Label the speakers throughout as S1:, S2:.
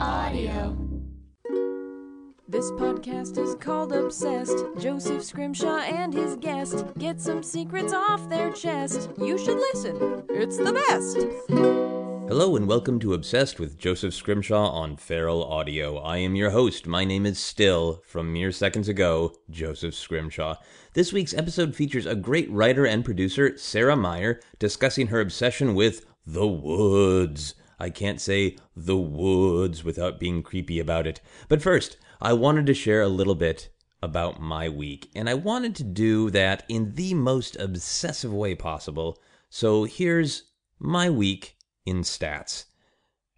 S1: Audio.
S2: This podcast is called Obsessed. Joseph Scrimshaw and his guest get some secrets off their chest. You should listen, it's the best.
S3: Hello and welcome to Obsessed with Joseph Scrimshaw on Feral Audio. I am your host. My name is still, from mere seconds ago, Joseph Scrimshaw. This week's episode features a great writer and producer, Sarah Meyer, discussing her obsession with the woods. I can't say the woods without being creepy about it. But first, I wanted to share a little bit about my week, and I wanted to do that in the most obsessive way possible. So here's my week in stats.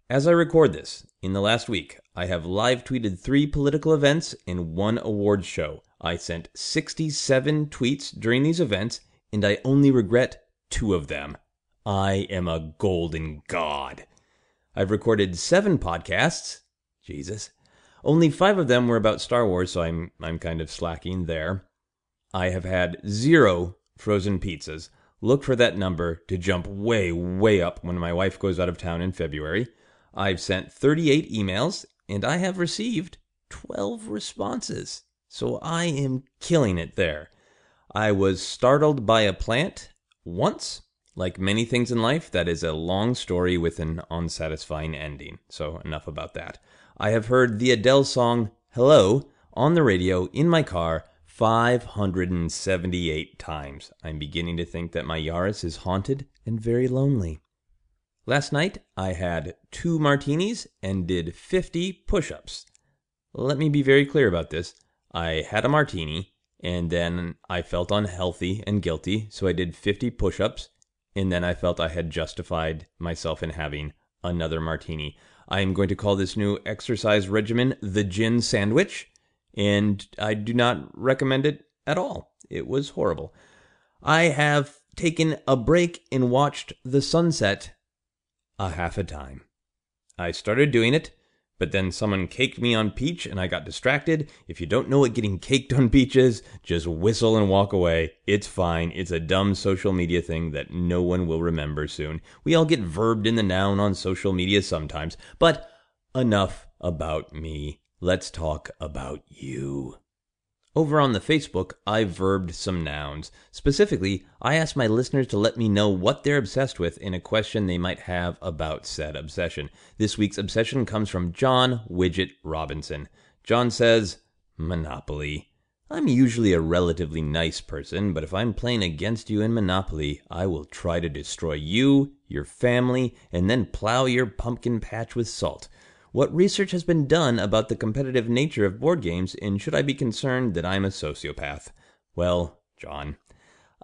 S3: As I record this, in the last week, I have live tweeted three political events and one awards show. I sent 67 tweets during these events, and I only regret two of them. I am a golden god. I've recorded seven podcasts. Jesus. Only five of them were about Star Wars, so I'm I'm kind of slacking there. I have had zero frozen pizzas. Look for that number to jump way, way up when my wife goes out of town in February. I've sent 38 emails and I have received 12 responses. So I am killing it there. I was startled by a plant once. Like many things in life, that is a long story with an unsatisfying ending. So, enough about that. I have heard the Adele song Hello on the radio in my car 578 times. I'm beginning to think that my Yaris is haunted and very lonely. Last night, I had two martinis and did 50 push ups. Let me be very clear about this. I had a martini, and then I felt unhealthy and guilty, so I did 50 push ups, and then I felt I had justified myself in having another martini. I am going to call this new exercise regimen the gin sandwich, and I do not recommend it at all. It was horrible. I have taken a break and watched the sunset a half a time. I started doing it, but then someone caked me on peach and I got distracted. If you don't know what getting caked on peach is, just whistle and walk away. It's fine. It's a dumb social media thing that no one will remember soon. We all get verbed in the noun on social media sometimes, but enough about me. Let's talk about you. Over on the Facebook, I verbed some nouns. Specifically, I asked my listeners to let me know what they're obsessed with in a question they might have about said obsession. This week's obsession comes from John Widget Robinson. John says, Monopoly. I'm usually a relatively nice person, but if I'm playing against you in Monopoly, I will try to destroy you, your family, and then plow your pumpkin patch with salt. What research has been done about the competitive nature of board games, and should I be concerned that I'm a sociopath? Well, John,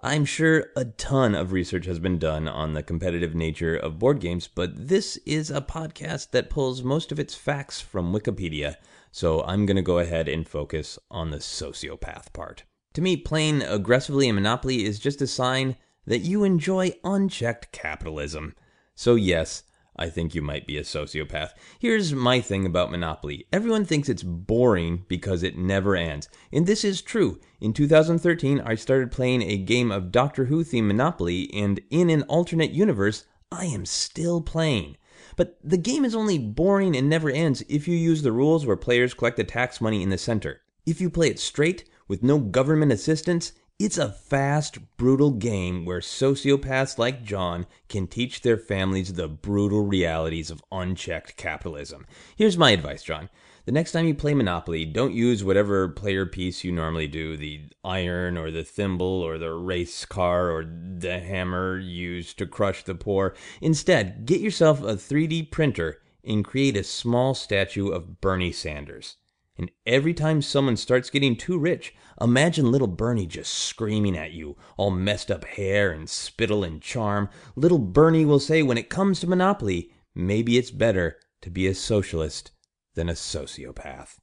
S3: I'm sure a ton of research has been done on the competitive nature of board games, but this is a podcast that pulls most of its facts from Wikipedia, so I'm going to go ahead and focus on the sociopath part. To me, playing aggressively in Monopoly is just a sign that you enjoy unchecked capitalism. So, yes, I think you might be a sociopath. Here's my thing about Monopoly everyone thinks it's boring because it never ends. And this is true. In 2013, I started playing a game of Doctor Who themed Monopoly, and in an alternate universe, I am still playing. But the game is only boring and never ends if you use the rules where players collect the tax money in the center. If you play it straight, with no government assistance, it's a fast, brutal game where sociopaths like John can teach their families the brutal realities of unchecked capitalism. Here's my advice, John. The next time you play Monopoly, don't use whatever player piece you normally do the iron or the thimble or the race car or the hammer used to crush the poor. Instead, get yourself a 3D printer and create a small statue of Bernie Sanders. And every time someone starts getting too rich, imagine little Bernie just screaming at you, all messed up hair and spittle and charm. Little Bernie will say when it comes to Monopoly, maybe it's better to be a socialist than a sociopath.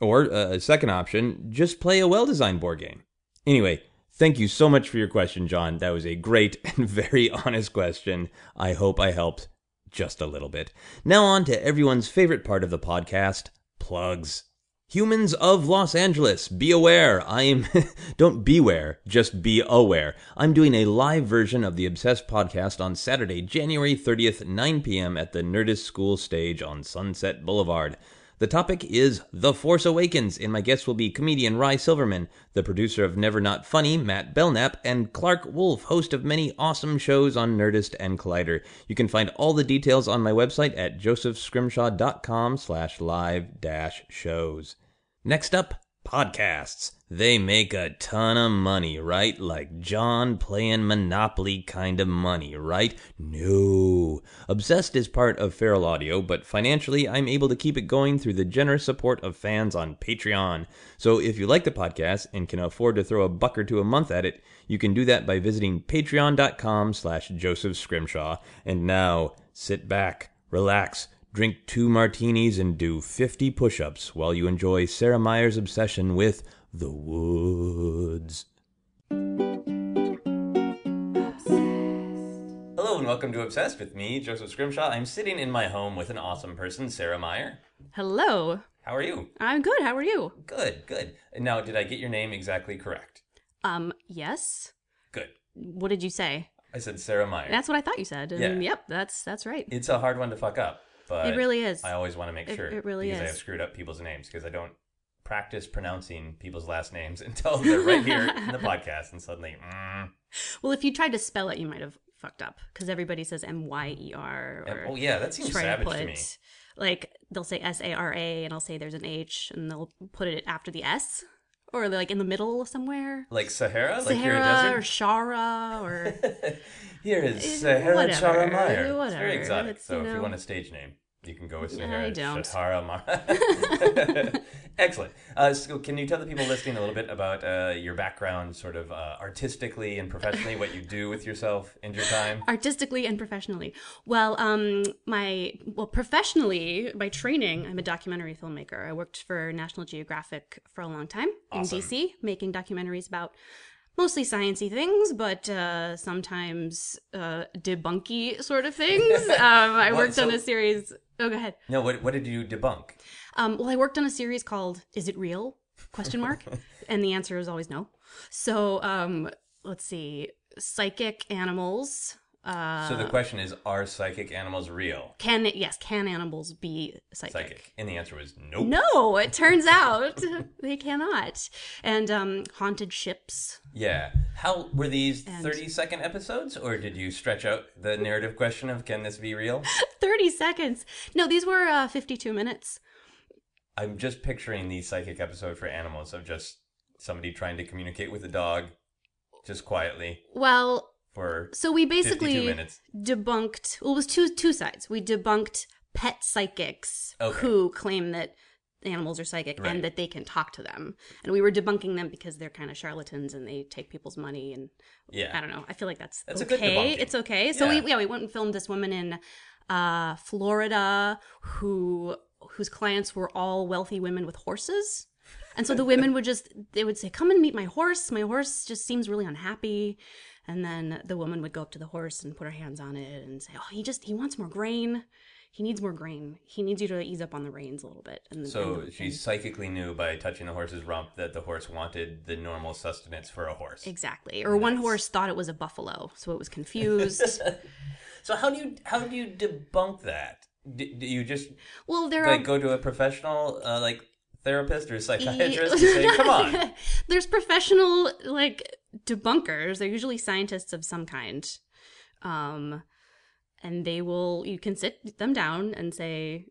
S3: Or uh, a second option, just play a well designed board game. Anyway, thank you so much for your question, John. That was a great and very honest question. I hope I helped just a little bit. Now, on to everyone's favorite part of the podcast plugs. Humans of Los Angeles, be aware. I am. don't beware, just be aware. I'm doing a live version of the Obsessed podcast on Saturday, January 30th, 9 p.m. at the Nerdist School stage on Sunset Boulevard. The topic is The Force Awakens, and my guests will be comedian Rye Silverman, the producer of Never Not Funny, Matt Belknap, and Clark Wolf, host of many awesome shows on Nerdist and Collider. You can find all the details on my website at josephscrimshaw.com slash live dash shows. Next up, podcasts. They make a ton of money, right? Like John playing Monopoly kind of money, right? No. Obsessed is part of Feral Audio, but financially I'm able to keep it going through the generous support of fans on Patreon. So if you like the podcast and can afford to throw a buck or two a month at it, you can do that by visiting patreon.com slash Joseph Scrimshaw. And now, sit back, relax, drink two martinis and do 50 push-ups while you enjoy Sarah Meyer's obsession with the woods. Hello and welcome to Obsessed with me, Joseph Scrimshaw. I'm sitting in my home with an awesome person, Sarah Meyer.
S1: Hello.
S3: How are you?
S1: I'm good. How are you?
S3: Good, good. Now, did I get your name exactly correct?
S1: Um, yes.
S3: Good.
S1: What did you say?
S3: I said Sarah Meyer.
S1: That's what I thought you said. And
S3: Yeah.
S1: Yep, that's that's right.
S3: it's a hard one to fuck up, but
S1: it really is.
S3: I always want to make
S1: It-
S3: sure
S1: it really
S3: because I
S1: is.
S3: have screwed up people's names because I don't practice pronouncing people's last names until they're right here in the podcast, and suddenly, mm,
S1: well, if you tried to spell it, you might have fucked up because everybody says M Y E R
S3: and-
S1: or
S3: oh yeah, that seems
S1: try
S3: savage
S1: to put
S3: to me.
S1: like they'll say S A R A and I'll say there's an H and they'll put it after the S or like in the middle somewhere.
S3: Like Sahara, like you're a
S1: Sahara or
S3: desert.
S1: Shara or
S3: Here is
S1: Eh,
S3: Sahara
S1: whatever,
S3: Chara Meyer. It's
S1: whatever,
S3: very exotic.
S1: it's,
S3: so
S1: you
S3: if you
S1: know-
S3: want a stage name, you can go with Sahara
S1: don't.
S3: Chara Meyer. Excellent. Uh, so can you tell the people listening a little bit about uh, your background, sort of uh, artistically and professionally, what you do with yourself and your time?
S1: artistically and professionally well um my well professionally by training i'm a documentary filmmaker i worked for national geographic for a long time
S3: Awesome.
S1: in dc making documentaries about mostly sciency things but uh sometimes uh debunky sort of things um i
S3: What-
S1: worked on
S3: so-
S1: a series oh go ahead
S3: No, what, what did you debunk?
S1: um, well, I worked on a series called "Is It Real?" question mark, and the answer is always no. So um, let's see, psychic animals. Uh,
S3: So the question is, are psychic animals real?
S1: can yes, can animals be psychic?
S3: Psychic. And the answer was nope.
S1: No, it turns out they cannot. And um, haunted ships.
S3: Yeah. How were these
S1: And-
S3: 30 second episodes or did you stretch out the narrative question of can this be real?
S1: Thirty seconds. No, these were uh, fifty-two minutes.
S3: I'm just picturing the psychic episode for animals of just somebody trying to communicate with a dog just quietly
S1: Well,
S3: for
S1: so we
S3: 52
S1: basically
S3: minutes.
S1: debunked well it was two two sides we debunked pet psychics
S3: Okay.
S1: who claim that animals are psychic
S3: Right.
S1: and that they can talk to them and we were debunking them because they're kind of charlatans and they take people's money and i
S3: Yeah.
S1: don't know i feel like that's,
S3: That's a good
S1: okay
S3: debunking.
S1: it's okay so
S3: Yeah.
S1: we yeah we went and filmed this woman in uh florida who whose clients were all wealthy women with horses and so the women would just they would say, "Come and meet my horse. My horse just seems really unhappy." And then the woman would go up to the horse and put her hands on it and say, "Oh, he just he wants more grain. He needs more grain. He needs you to ease up on the reins a little bit." And
S3: So
S1: and-
S3: she psychically knew by touching the horse's rump that the horse wanted the normal sustenance for a horse.
S1: exactly. Or one horse thought it was a buffalo, so it was confused.
S3: So how do you how do you debunk that? Do, do you just
S1: well, there
S3: like
S1: are
S3: go to a professional uh, like therapist or
S1: Yeah.
S3: psychiatrist and say, "Come on,
S1: E- There's professional like debunkers. They're usually scientists of some kind. Um and they will you can sit them down and say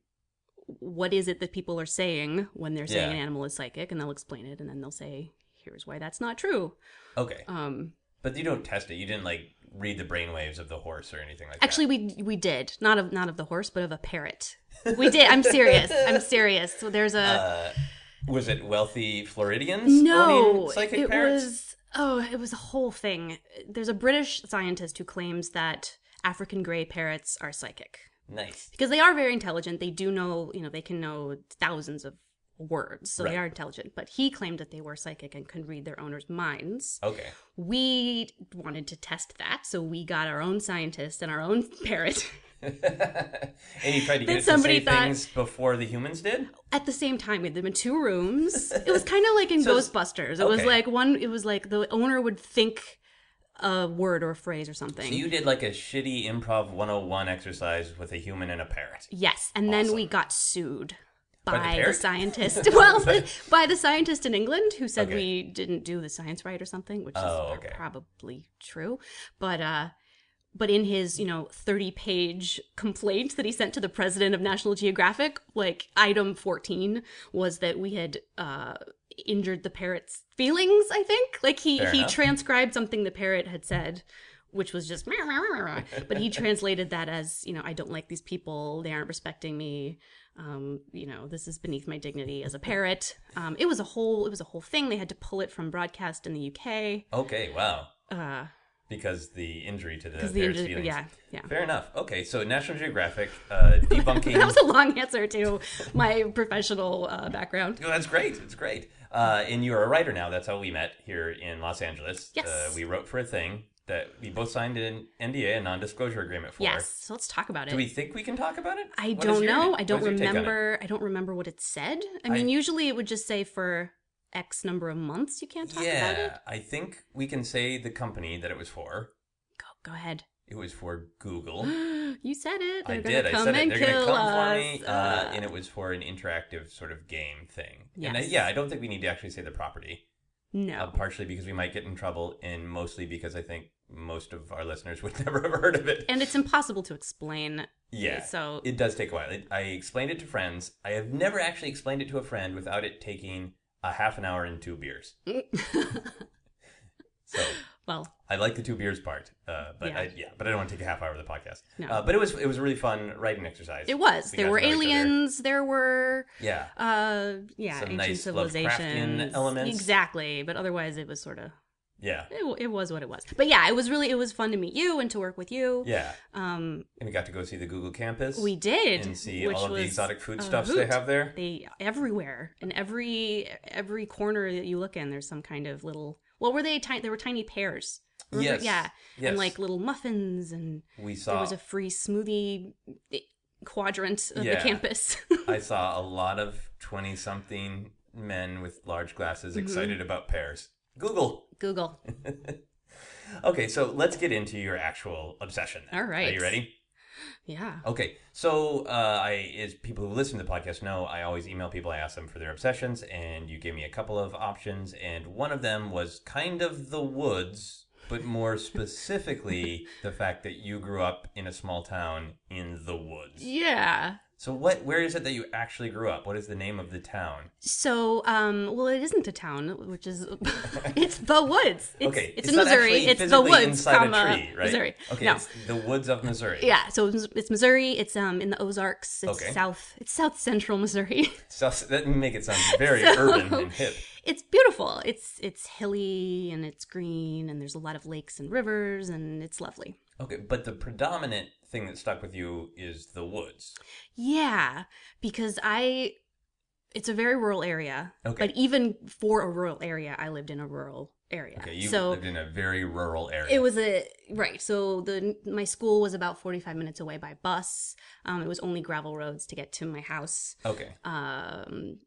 S1: what is it that people are saying when they're saying
S3: Yeah.
S1: an animal is psychic and they'll explain it and then they'll say here's why that's not true.
S3: okay."
S1: Um
S3: But you don't test it. You didn't like read the brainwaves of the horse or anything like
S1: actually we we did not of not of the horse but of a parrot. We did. I'm serious. I'm serious. So there's a
S3: that. Uh, was it wealthy Floridians?
S1: No,
S3: owning psychic
S1: it
S3: parrots?
S1: was. Oh, it was a whole thing. There's a British scientist who claims that African gray parrots are psychic
S3: nice.
S1: because they are very intelligent. They do know, you know, they can know thousands of words, so
S3: Right.
S1: they are intelligent. But he claimed that they were psychic and could read their owners' minds.
S3: Okay,
S1: We wanted to test that, so we got our own scientist and our own parrot
S3: and you tried to
S1: Then
S3: get it to
S1: somebody
S3: say
S1: thought-
S3: things before the humans did.
S1: At the same time, we had them in two rooms. It was kind of like in
S3: So it's-
S1: Ghostbusters. It was
S3: okay.
S1: like one. It was like the owner would think a word or a phrase or something.
S3: So you did like a shitty improv 101 exercise with a human and a parrot.
S1: Yes, and then we got sued
S3: By the
S1: by, the,
S3: parrot?
S1: scientist. well, by the scientist in England who said
S3: Okay.
S1: we didn't do the science right or something, which
S3: Oh,
S1: is
S3: okay.
S1: probably true. But uh but in his, you know, 30-page complaint that he sent to the president of National Geographic, like item 14 was that we had uh injured the parrot's feelings, I think. Like he
S3: Fair
S1: he
S3: enough.
S1: transcribed something the parrot had said which was just "Meow, meow, meow, meow," but he translated that as you know i don't like these people they aren't respecting me um, you know this is beneath my dignity as a parrot um, it was a whole it was a whole thing they had to pull it from broadcast in the uk
S3: Okay, wow.
S1: uh,
S3: Because the injury to the
S1: because
S3: parrot's
S1: the injury-
S3: feelings.
S1: yeah yeah
S3: Fair enough. Okay, so National Geographic uh, debunking.
S1: that was a long answer to my professional uh, background
S3: No, that's great. It's great. Uh, and you're a writer now. That's how we met here in Los Angeles.
S1: Yes.
S3: Uh, we wrote for a thing that we both signed an NDA, a non-disclosure agreement for.
S1: yes so let's talk about it
S3: Do we think we can talk about it?
S1: I
S3: What is
S1: don't
S3: your-
S1: know.
S3: what
S1: I
S3: is
S1: don't
S3: your take on it?
S1: remember. I don't remember what it said. I mean, usually it would just say for X number of months you can't talk
S3: yeah,
S1: about it.
S3: I think we can say the company that it was for.
S1: Go, go ahead.
S3: It was for Google.
S1: You said it. They're
S3: I
S1: gonna
S3: did. I
S1: Come
S3: said it.
S1: and
S3: They're
S1: kill
S3: gonna come for
S1: us.
S3: me, uh,
S1: Uh,
S3: and it was for an interactive sort of game thing. And I,
S1: Yes.
S3: yeah, I don't think we need to actually say the property. Uh,
S1: no.
S3: partially because we might get in trouble, and mostly because I think most of our listeners would never have heard of it.
S1: And it's impossible to explain.
S3: yeah.
S1: So
S3: It does take a while. It, I explained it to friends. I have never actually explained it to a friend without it taking a half an hour and two beers. So
S1: well,
S3: I like the two beers part, uh, but
S1: Yeah.
S3: I, yeah, but I don't want to take a half hour of the podcast.
S1: No.
S3: Uh, but it was it was a really fun writing exercise.
S1: it was.
S3: We
S1: there
S3: got
S1: were
S3: to know each other.
S1: aliens. There were,
S3: Yeah.
S1: uh, yeah,
S3: Some
S1: ancient
S3: nice
S1: civilizations.
S3: Lovecraftian elements.
S1: Exactly. But otherwise, it was sort of.
S3: Yeah.
S1: It, it was what it was. But yeah, it was really. It was fun to meet you and to work with you.
S3: Yeah.
S1: Um,
S3: And we got to go see the Google campus.
S1: we did.
S3: and see
S1: which
S3: all of the
S1: was
S3: exotic
S1: a
S3: foodstuffs they
S1: hoot.
S3: have there.
S1: They everywhere in every every corner that you look in. There's some kind of little. What were they? Tiny. There were tiny pears. Remember?
S3: Yes.
S1: Yeah.
S3: Yes.
S1: And like little muffins, and
S3: we
S1: there
S3: saw
S1: was a free smoothie eh, quadrant of
S3: Yeah.
S1: the campus.
S3: I saw a lot of 20 something men with large glasses
S1: Mm-hmm.
S3: excited about pears. Google.
S1: Google.
S3: Okay, so let's get into your actual obsession. then.
S1: All
S3: Are
S1: right.
S3: you ready?
S1: Yeah.
S3: Okay, so uh, I, as people who listen to the podcast know, I always email people. I ask them for their obsessions, and you gave me a couple of options, and one of them was kind of the woods, but more specifically, the fact that you grew up in a small town in the woods.
S1: Yeah.
S3: So, what? Where is it that you actually grew up? What is the name of the town?
S1: So, um, well, it isn't a town, which is it's the woods. It's,
S3: okay,
S1: It's,
S3: it's
S1: in
S3: not
S1: Missouri.
S3: actually
S1: It's the
S3: physically
S1: woods,
S3: inside
S1: comma
S3: a tree, right?
S1: Missouri.
S3: Okay,
S1: No.
S3: it's the woods of Missouri.
S1: Yeah. So it's, it's Missouri. It's um in the Ozarks. It's
S3: Okay.
S1: south. It's south central Missouri.
S3: So that make it sound very
S1: So-
S3: urban and hip.
S1: it's beautiful. It's it's hilly and it's green and there's a lot of lakes and rivers and it's lovely.
S3: Okay, but the predominant thing that stuck with you is the woods.
S1: Yeah, because I it's a very rural area.
S3: Okay.
S1: But even for a rural area, I lived in a rural area.
S3: Okay, you
S1: so
S3: lived in a very rural area.
S1: it was a right. So the my school was about 45 minutes away by bus. Um, it was only gravel roads to get to my house.
S3: okay.
S1: Um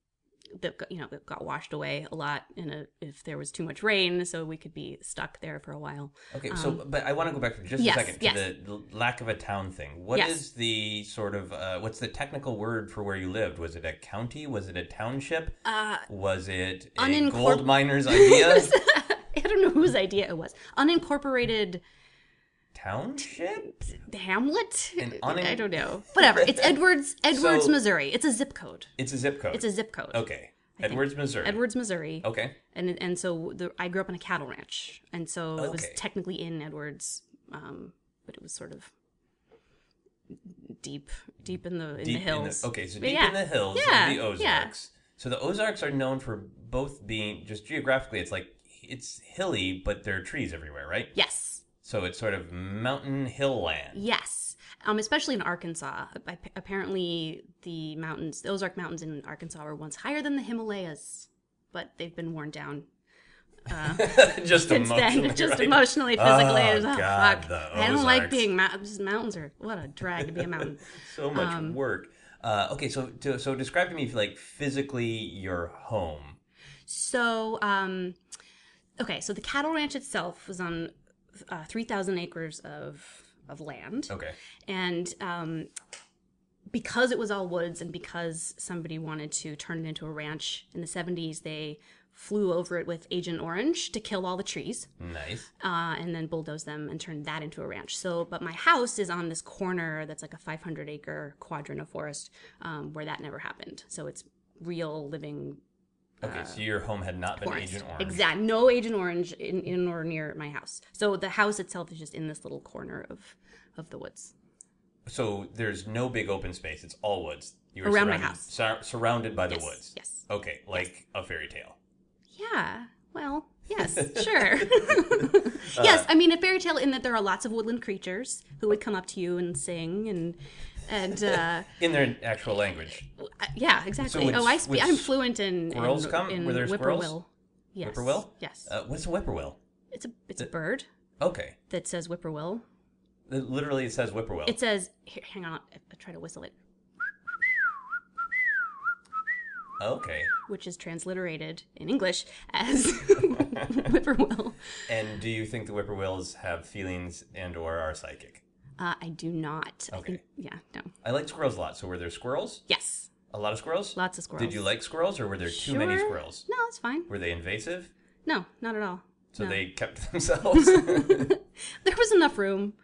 S1: that got- you know that got washed away a lot in a, if there was too much rain so we could be stuck there for a while
S3: Okay, so but I want to go back for just
S1: um, yes,
S3: a second to
S1: yes.
S3: the l- lack of a town thing. What is
S1: Yes.
S3: the sort of uh, what's the technical word for where you lived? Was it a county? Was it a township?
S1: uh
S3: Was it a
S1: unincor-
S3: gold miner's idea?
S1: I don't know whose idea it was. Unincorporated
S3: township?
S1: hamlet.
S3: An unin-
S1: I don't know. Whatever. It's Edwards, Edwards, Missouri. It's a zip code.
S3: It's a zip code.
S1: It's a zip code.
S3: Okay. Edwards, Missouri.
S1: Edwards, Missouri.
S3: Okay.
S1: And and so the, I grew up on a cattle ranch, and so it was
S3: Okay.
S1: technically in Edwards, um, but it was sort of deep, deep in the in
S3: Deep
S1: the hills.
S3: okay, so
S1: But
S3: deep
S1: yeah.
S3: in the hills
S1: Yeah,
S3: of the
S1: yeah.
S3: Ozarks. So the Ozarks are known for both being just geographically, it's like it's hilly, but there are trees everywhere, right?
S1: Yes.
S3: So it's sort of mountain hill land.
S1: Yes, um, especially in Arkansas. Ap- Apparently, the mountains, the Ozark Mountains in Arkansas, were once higher than the Himalayas, but they've been worn down uh,
S3: Just
S1: since
S3: emotionally,
S1: then, just
S3: right?
S1: emotionally, physically.
S3: Oh,
S1: it was, oh,
S3: God,
S1: fuck.
S3: the
S1: I don't like
S3: Ozarks.
S1: being mou- just mountains. Are what a drag to be a mountain.
S3: So much
S1: um,
S3: work. Uh, okay, so to, so describe to me like physically your home.
S1: So, um, okay, so the cattle ranch itself was on uh, three thousand acres of of land,
S3: Okay.
S1: and um, because it was all woods, and because somebody wanted to turn it into a ranch in the seventies, they flew over it with Agent Orange to kill all the trees
S3: Nice.
S1: uh, and then bulldoze them and turn that into a ranch. So, but my house is on this corner that's like a 500 acre quadrant of forest um, where that never happened. So it's real living
S3: Okay, so your home had not been
S1: forest.
S3: Agent Orange.
S1: Uh, Exact. No Agent Orange in, in or near my house. So the house itself is just in this little corner of of the woods.
S3: So there's no big open space. It's all woods. You were
S1: Around my
S3: surrounded-
S1: house.
S3: sur- surrounded by the
S1: Yes,
S3: woods.
S1: yes.
S3: Okay, like a fairy tale.
S1: Yeah. Well, yes, sure.
S3: Uh,
S1: yes, I mean a fairy tale in that there are lots of woodland creatures who would come up to you and sing and and uh
S3: In their actual language.
S1: Uh, yeah, exactly.
S3: would-
S1: oh, I
S3: would
S1: speak. I'm fluent in
S3: squirrels
S1: in,
S3: come?
S1: in
S3: Were there
S1: whippoorwill.
S3: squirrels?
S1: Yes.
S3: Whippoorwill?
S1: Yes.
S3: Uh, what's a whippoorwill?
S1: it's a it's a bird
S3: Okay.
S1: that says whippoorwill.
S3: It- Literally, it says whippoorwill.
S1: It says here, hang on, I, I try to whistle it,
S3: okay.
S1: which is transliterated in English as whippoorwill.
S3: And do you think the whippoorwills have feelings and or are psychic?
S1: Uh, I do not. I
S3: Okay.
S1: think, yeah, no.
S3: I like squirrels a lot. So were there squirrels?
S1: Yes,
S3: A lot of squirrels?
S1: lots of squirrels.
S3: Did you like squirrels or were there too many
S1: Sure.
S3: squirrels?
S1: No, it's fine.
S3: Were they invasive?
S1: No, not at all.
S3: So
S1: No.
S3: they kept to themselves
S1: There was enough room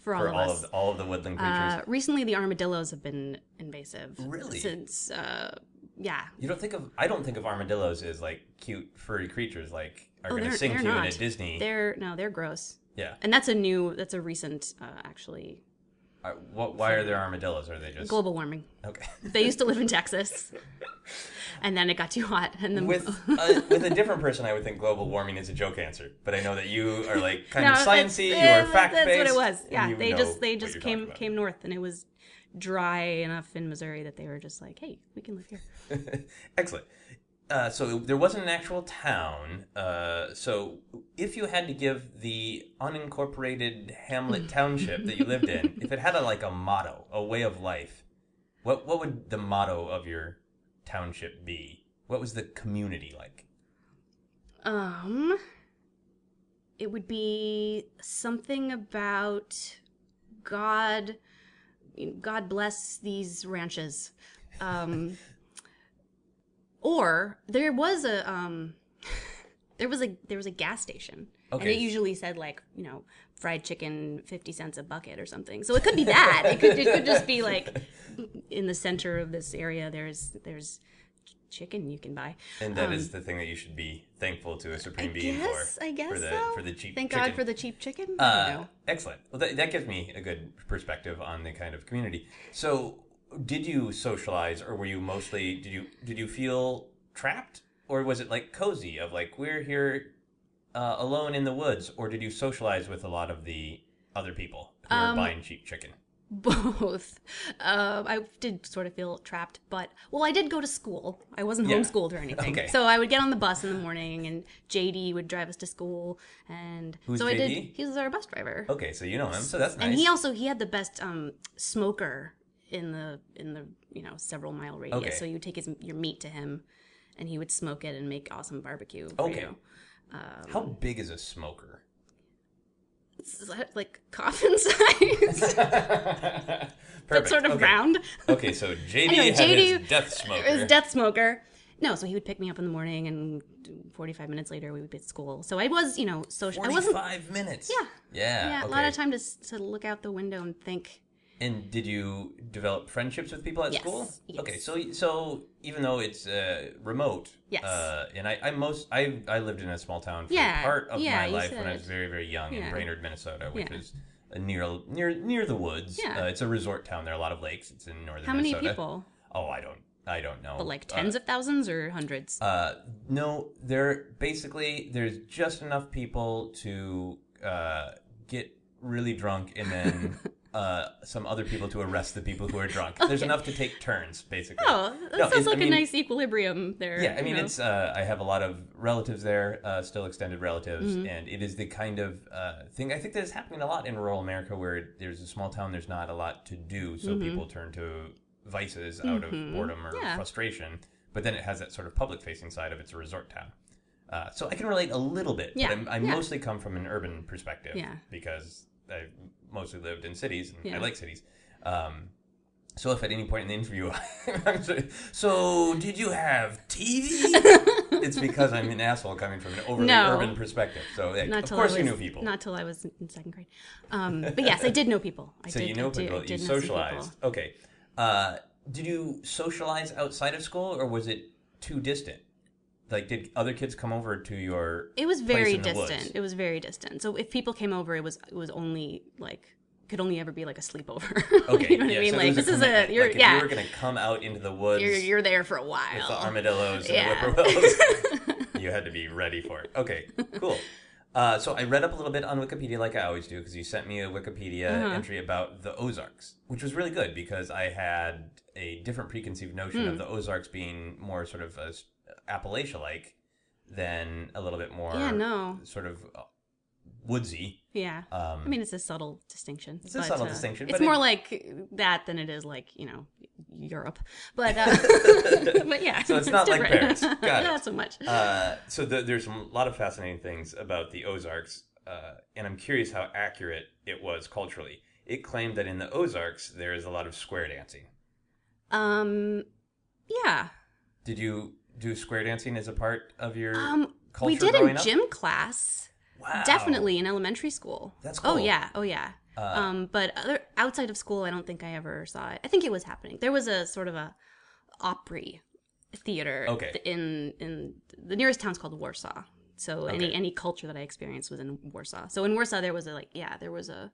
S1: for all
S3: for
S1: of
S3: all
S1: us.
S3: of the, all of the woodland creatures.
S1: uh, recently, the armadillos have been invasive.
S3: Really?
S1: Since, uh, yeah,
S3: You don't think of I don't think of armadillos as like cute furry creatures like
S1: Oh,
S3: are going to
S1: they're-
S3: sing
S1: they're
S3: to you in a
S1: not.
S3: Disney.
S1: They're no, they're gross.
S3: Yeah.
S1: And that's a new, that's a recent, uh, actually,
S3: Uh, what, why are there armadillos? Are they just
S1: global warming.
S3: okay?
S1: They used to live in Texas, and then it got too hot, and then
S3: with a, with a different person, I would think global warming is a joke answer, but I know that you are like kind
S1: No,
S3: of
S1: that's-
S3: sciencey.
S1: yeah,
S3: You are fact based.
S1: That's what it was. Yeah, they just they just came came north, and it was dry enough in Missouri that they were just like, hey, we can live here.
S3: Excellent. Uh, so there wasn't an actual town. Uh, so if you had to give the unincorporated hamlet township that you lived in, if it had a, like a motto, a way of life, what what would the motto of your township be? What was the community like?
S1: Um, it would be something about God. God bless these ranches. Um, or there was a um, there was a there was a gas station, and
S3: Okay.
S1: it usually said like you know fried chicken fifty cents a bucket or something. So it could be that. it could it could just be like in the center of this area. There's there's chicken you can buy.
S3: And that is the thing that you should be thankful to a supreme being
S1: Yes,
S3: for.
S1: Um, I guess
S3: for the,
S1: so.
S3: For the cheap
S1: Thank
S3: chicken.
S1: God for the cheap chicken. I don't
S3: Uh,
S1: know.
S3: excellent. Well, that, that gives me a good perspective on the kind of community. So, did you socialize, or were you mostly did you did you feel trapped, or was it like cozy of like we're here uh, alone in the woods, or did you socialize with a lot of the other people who
S1: Um,
S3: are buying cheap chicken?
S1: Both. Um, I did sort of feel trapped, but well, I did go to school. I wasn't
S3: Yeah.
S1: homeschooled or anything,
S3: Okay.
S1: so I would get on the bus in the morning, and JD would drive us to school. And
S3: Who's
S1: so I did.
S3: JD?
S1: He was our bus driver,
S3: Okay, so you know him, so that's nice.
S1: and he also he had the best um, smoker in the in the you know several mile radius.
S3: Okay.
S1: So you would take his your meat to him, and he would smoke it and make awesome barbecue. For
S3: okay.
S1: you. um,
S3: How big is a smoker?
S1: It's like coffin size,
S3: Perfect.
S1: sort of
S3: okay.
S1: round.
S3: Okay, so JD
S1: Anyway,
S3: had
S1: JD
S3: his death smoker.
S1: It was death smoker. No, so he would pick me up in the morning, and 45 minutes later we would be at school. So I was, you know, social. I wasn't.
S3: Forty-five minutes.
S1: Yeah.
S3: Yeah.
S1: Yeah,
S3: okay.
S1: a lot of time to s- to look out the window and think.
S3: And did you develop friendships with people at
S1: Yes,
S3: school?
S1: yes.
S3: Okay, so so even though it's uh, remote,
S1: Yes.
S3: uh, and I, I most I I lived in a small town for
S1: Yeah,
S3: part of
S1: yeah,
S3: my
S1: you
S3: life when I was
S1: said.
S3: very very young in
S1: Yeah.
S3: Brainerd, Minnesota, which
S1: Yeah.
S3: is uh, near near near the woods.
S1: Yeah.
S3: Uh, it's a resort town. There are a lot of lakes. It's in northern
S1: How many
S3: Minnesota.
S1: people?
S3: Oh, I don't I don't know.
S1: But like
S3: Uh,
S1: tens of thousands or hundreds?
S3: uh, no, there basically there's just enough people to uh, get really drunk and then uh, uh, some other people to arrest the people who are drunk. There's enough to take turns, basically.
S1: Oh, that
S3: No, it's-
S1: sounds
S3: I
S1: like
S3: mean-
S1: a nice equilibrium there.
S3: Yeah, I
S1: you
S3: mean,
S1: know?
S3: it's. Uh, I have a lot of relatives there, uh, still extended relatives,
S1: Mm-hmm.
S3: and it is the kind of uh, thing I think that is happening a lot in rural America, where there's a small town, there's not a lot to do, so people turn to vices out of boredom or
S1: Mm-hmm. Yeah.
S3: frustration. But then it has that sort of public-facing side of it's a resort town. Uh, so I can relate a little bit,
S1: Yeah,
S3: but I'm, I
S1: yeah.
S3: mostly come from an urban perspective
S1: Yeah.
S3: because I mostly lived in cities and I
S1: Yeah.
S3: like cities. Um, so if at any point in the interview, I'm sorry, so did you have TV? it's because I'm an asshole coming from an overly
S1: No.
S3: urban perspective. So like,
S1: not
S3: of
S1: till
S3: course
S1: I was,
S3: you knew people.
S1: Not till I was in second grade. Um, but yes, I did know people. I
S3: so
S1: did,
S3: you know
S1: I did-
S3: people.
S1: I did
S3: you
S1: know some people.
S3: socialized. Okay. Uh, did you socialize outside of school, or was it too distant? Like, did other kids come over to your?
S1: It was
S3: place
S1: very
S3: in the woods?
S1: distant. It was very distant. So if people came over, it was it was only like could only ever be like a sleepover.
S3: Okay.
S1: you know what
S3: yeah,
S1: I mean?
S3: so there
S1: like
S3: was
S1: this is a
S3: commitment.
S1: you're
S3: Like, if
S1: yeah
S3: You were gonna come out into the woods.
S1: you're you're there for a
S3: with the
S1: while.
S3: armadillos and
S1: Yeah.
S3: the whippoorwills. you had to be ready for it. Okay, cool. Uh, so I read up a little bit on Wikipedia, like I always do, because you sent me a Wikipedia
S1: Uh-huh.
S3: entry about the Ozarks, which was really good because I had a different preconceived notion
S1: Hmm.
S3: of the Ozarks being more sort of a s- Appalachia-like than a little bit more
S1: Yeah, no.
S3: sort of uh, woodsy.
S1: Yeah.
S3: Um,
S1: I mean, it's a subtle distinction. uh,
S3: It's a subtle distinction,
S1: It's
S3: but it-
S1: more like that than it is like you know Europe, but uh, but yeah.
S3: So it's not like
S1: different.
S3: Paris. Got it.
S1: Not so much.
S3: Uh, so th there's a lot of fascinating things about the Ozarks, uh, and I'm curious how accurate it was culturally. It claimed that in the Ozarks there is a lot of square dancing.
S1: um, yeah.
S3: Did you do square dancing as a part of your
S1: Um,
S3: culture
S1: we did
S3: growing
S1: in
S3: up?
S1: gym class,
S3: Wow.
S1: definitely in elementary school.
S3: That's
S1: Oh
S3: cool. Uh,
S1: yeah, oh yeah. um, but other outside of school, I don't think I ever saw it. I think it was happening. There was a sort of a Opry theater
S3: Okay.
S1: th- in in the nearest town's called Warsaw. So
S3: Okay.
S1: any any culture that I experienced was in Warsaw. So in Warsaw, there was a like yeah, there was a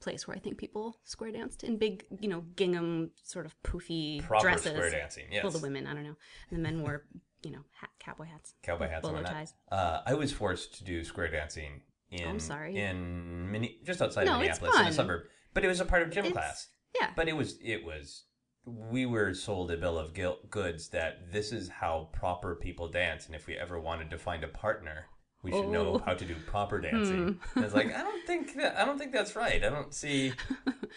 S1: place where I think people square danced in big you know gingham sort of poofy
S3: Proper
S1: dresses.
S3: square dancing. Yes.
S1: Well, the women, I don't know. And the men wore you know hat, cowboy hats,
S3: cowboy hats
S1: bolo
S3: and whatnot.
S1: ties.
S3: Uh, I was forced to do square dancing in
S1: I'm sorry.
S3: in Minne- just outside
S1: No,
S3: of
S1: it's
S3: Minneapolis in a
S1: fun.
S3: suburb, but it was a part of gym
S1: It's-
S3: class.
S1: Yeah.
S3: But it was it was we were sold a bill of guil goods that this is how proper people dance, and if we ever wanted to find a partner, we should know
S1: Oh.
S3: how to do proper dancing.
S1: Hmm.
S3: And it's like I don't think that, I don't think that's right. I don't see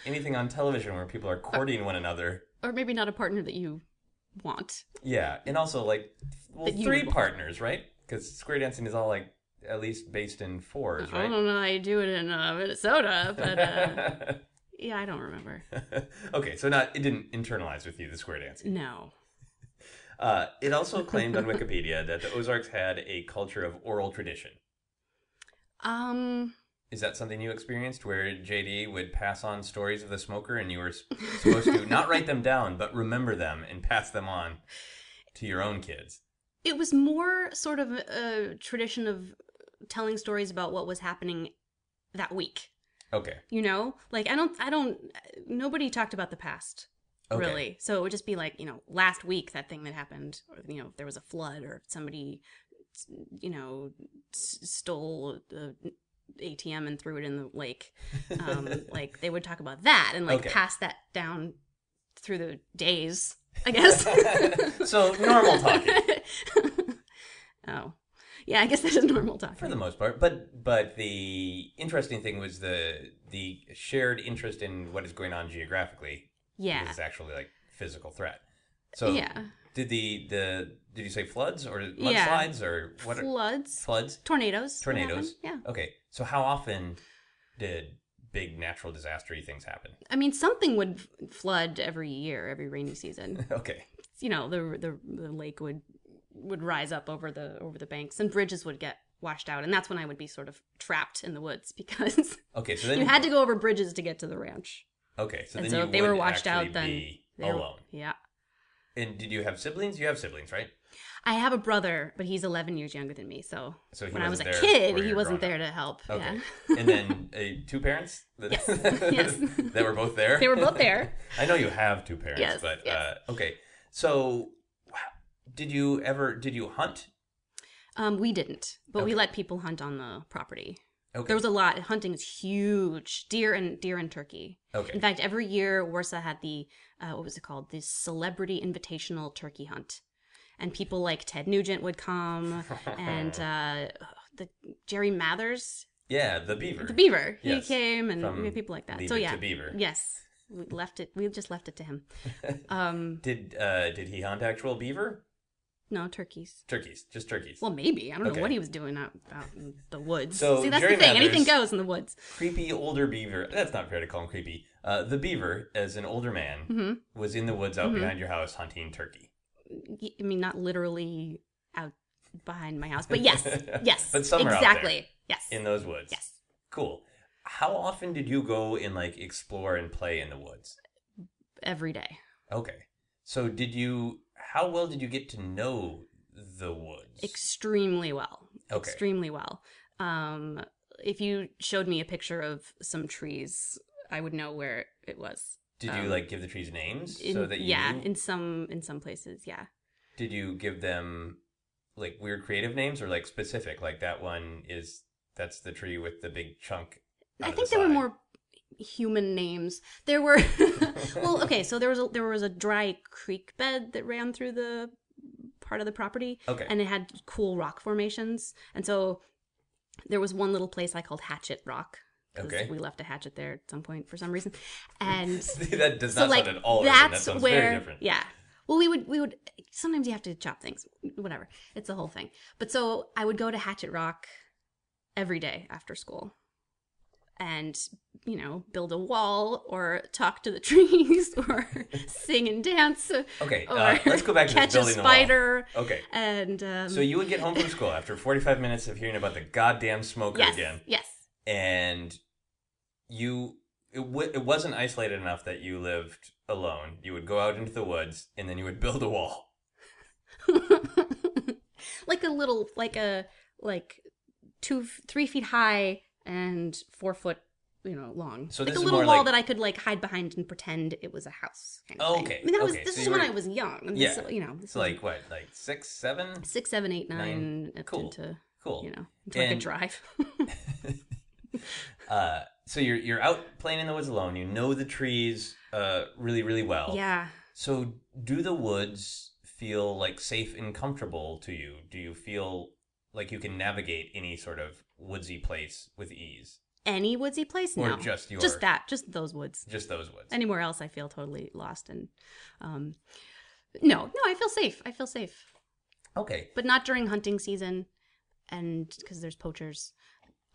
S3: anything on television where people are courting one another.
S1: or maybe not a partner that you want.
S3: Yeah, and also like well,
S1: That you
S3: three
S1: would want.
S3: partners, right? Because square dancing is all like at least based in fours,
S1: I
S3: right?
S1: don't know how you do it in uh, Minnesota, but uh, yeah, I don't remember.
S3: okay, so not it didn't internalize with you the square dancing.
S1: No.
S3: Uh, it also claimed on Wikipedia that the Ozarks had a culture of oral tradition.
S1: Um.
S3: Is that something you experienced where JD would pass on stories of the smoker and you were s- supposed to not write them down, but remember them and pass them on to your own kids?
S1: It was more sort of a tradition of telling stories about what was happening that week.
S3: Okay.
S1: You know, like I don't, I don't. Nobody talked about the past
S3: Okay.
S1: really, so it would just be like you know, last week that thing that happened, or you know, there was a flood, or somebody, you know, s- stole the ATM and threw it in the lake. um, like they would talk about that and like
S3: Okay.
S1: pass that down through the days, I guess.
S3: so normal talking
S1: oh, yeah, I guess that is normal talk.
S3: for the most part, but but the interesting thing was the the shared interest in what is going on geographically
S1: yeah,
S3: is actually like physical threat. So
S1: yeah,
S3: Did the the did you say floods or
S1: Yeah.
S3: mudslides or what? Are,
S1: floods,
S3: floods,
S1: tornadoes, would happen,
S3: tornadoes.
S1: Yeah,
S3: Okay, so how often did big natural disastery things happen?
S1: I mean something would f- flood every year, every rainy season.
S3: Okay,
S1: you know, the, the the lake would would rise up over the over the banks, and bridges would get washed out, and that's when I would be sort of trapped in the woods because
S3: okay. So then
S1: you had to go over bridges to get to the ranch.
S3: Okay, so
S1: and
S3: then
S1: so
S3: you
S1: if they were
S3: would
S1: washed
S3: actually
S1: out, then
S3: be
S1: they were-
S3: alone.
S1: Yeah.
S3: And did you have siblings? You have siblings, right?
S1: I have a brother, but he's 11 years younger than me. So,
S3: So he
S1: when I was a
S3: wasn't there
S1: kid,
S3: where
S1: he
S3: you're
S1: wasn't
S3: growing
S1: there to help.
S3: Okay.
S1: Yeah.
S3: and then uh, two parents that,
S1: Yes, yes.
S3: that were both there?
S1: They were both there.
S3: I know you have two parents,
S1: Yes,
S3: but
S1: yes.
S3: Uh, okay. So wow, did you ever did you hunt?
S1: um, we didn't, but
S3: Okay.
S1: we let people hunt on the property.
S3: Okay.
S1: There was a lot. Hunting is huge. Deer and deer and turkey.
S3: Okay.
S1: In fact, every year Warsaw had the uh, what was it called? The celebrity invitational turkey hunt, and people like Ted Nugent would come, and uh, the Jerry Mathers,
S3: yeah, the beaver.
S1: the Beaver, he
S3: Yes.
S1: came, and
S3: From
S1: we had people like that.
S3: Leave
S1: So
S3: It
S1: yeah,
S3: to Beaver.
S1: Yes, we left it. We just left it to him. um,
S3: Did uh did he hunt actual beaver?
S1: no turkeys.
S3: Turkeys, just turkeys.
S1: Well, maybe I don't
S3: Okay.
S1: know what he was doing out, out in the woods.
S3: So,
S1: See, that's
S3: Jerry
S1: the thing. Anything
S3: Mathers-
S1: goes in the woods.
S3: creepy older beaver. That's not fair to call him creepy. Uh, the beaver, as an older man,
S1: Mm-hmm.
S3: was in the woods out behind your house hunting turkey.
S1: I mean, not literally out behind my house, but yes, yes,
S3: But somewhere out there.
S1: exactly. Yes,
S3: in those woods.
S1: yes.
S3: Cool. How often did you go and like explore and play in the woods?
S1: Every day,
S3: Okay. So did you how well did you get to know the woods?
S1: extremely well.
S3: Okay.
S1: Extremely well. Um, if you showed me a picture of some trees, I would know where it was.
S3: did you
S1: um,
S3: like give the trees names
S1: In,
S3: so that you
S1: yeah,
S3: knew?
S1: in some in some places, yeah.
S3: did you give them like weird creative names or like specific like that one is that's the tree with the big chunk out
S1: I
S3: of
S1: think
S3: the
S1: there were
S3: side.
S1: more human names. There were well, okay. So there was a, there was a dry creek bed that ran through the part of the property,
S3: Okay.
S1: and it had cool rock formations. And so there was one little place I called Hatchet Rock. 'cause
S3: Okay.
S1: we left a hatchet there at some point for some reason, and
S3: that does
S1: so
S3: not
S1: like
S3: sound at all different. That
S1: that's
S3: sounds
S1: where
S3: very different.
S1: yeah well we would we would sometimes you have to chop things whatever it's a whole thing but so i would go to hatchet rock every day after school and you know build a wall or talk to the trees or sing and dance
S3: Okay,
S1: or
S3: uh, let's go back to this
S1: catch a
S3: building the wall.
S1: spider
S3: Okay.
S1: and um,
S3: So you would get home from school after 45 minutes of hearing about the goddamn smoker
S1: yes
S3: again.
S1: yes
S3: and you it, w- it wasn't isolated enough that you lived alone you would go out into the woods and then you would build a wall
S1: like a little like a like two three feet high and four foot you know long
S3: So
S1: like
S3: this
S1: a
S3: is
S1: little
S3: more
S1: wall
S3: like-
S1: that i could like hide behind and pretend it was a house kind of
S3: Okay,
S1: thing. I mean, that was,
S3: okay,
S1: this
S3: so
S1: is
S3: you
S1: when
S3: were-
S1: i was young and
S3: Yeah.
S1: this, you know this
S3: it's like what like six seven
S1: was six seven eight nine, up
S3: Cool.
S1: to
S3: cool
S1: you know until i
S3: And-
S1: could drive
S3: uh, so you're you're out playing in the woods alone you know the trees uh, really really well
S1: yeah
S3: so do the woods feel like safe and comfortable to you do you feel like you can navigate any sort of woodsy place with ease
S1: any woodsy place
S3: Or
S1: no
S3: just your-
S1: just that just those woods
S3: just those woods
S1: anywhere else i feel totally lost and um no no i feel safe i feel safe
S3: okay
S1: but not during hunting season and because there's poachers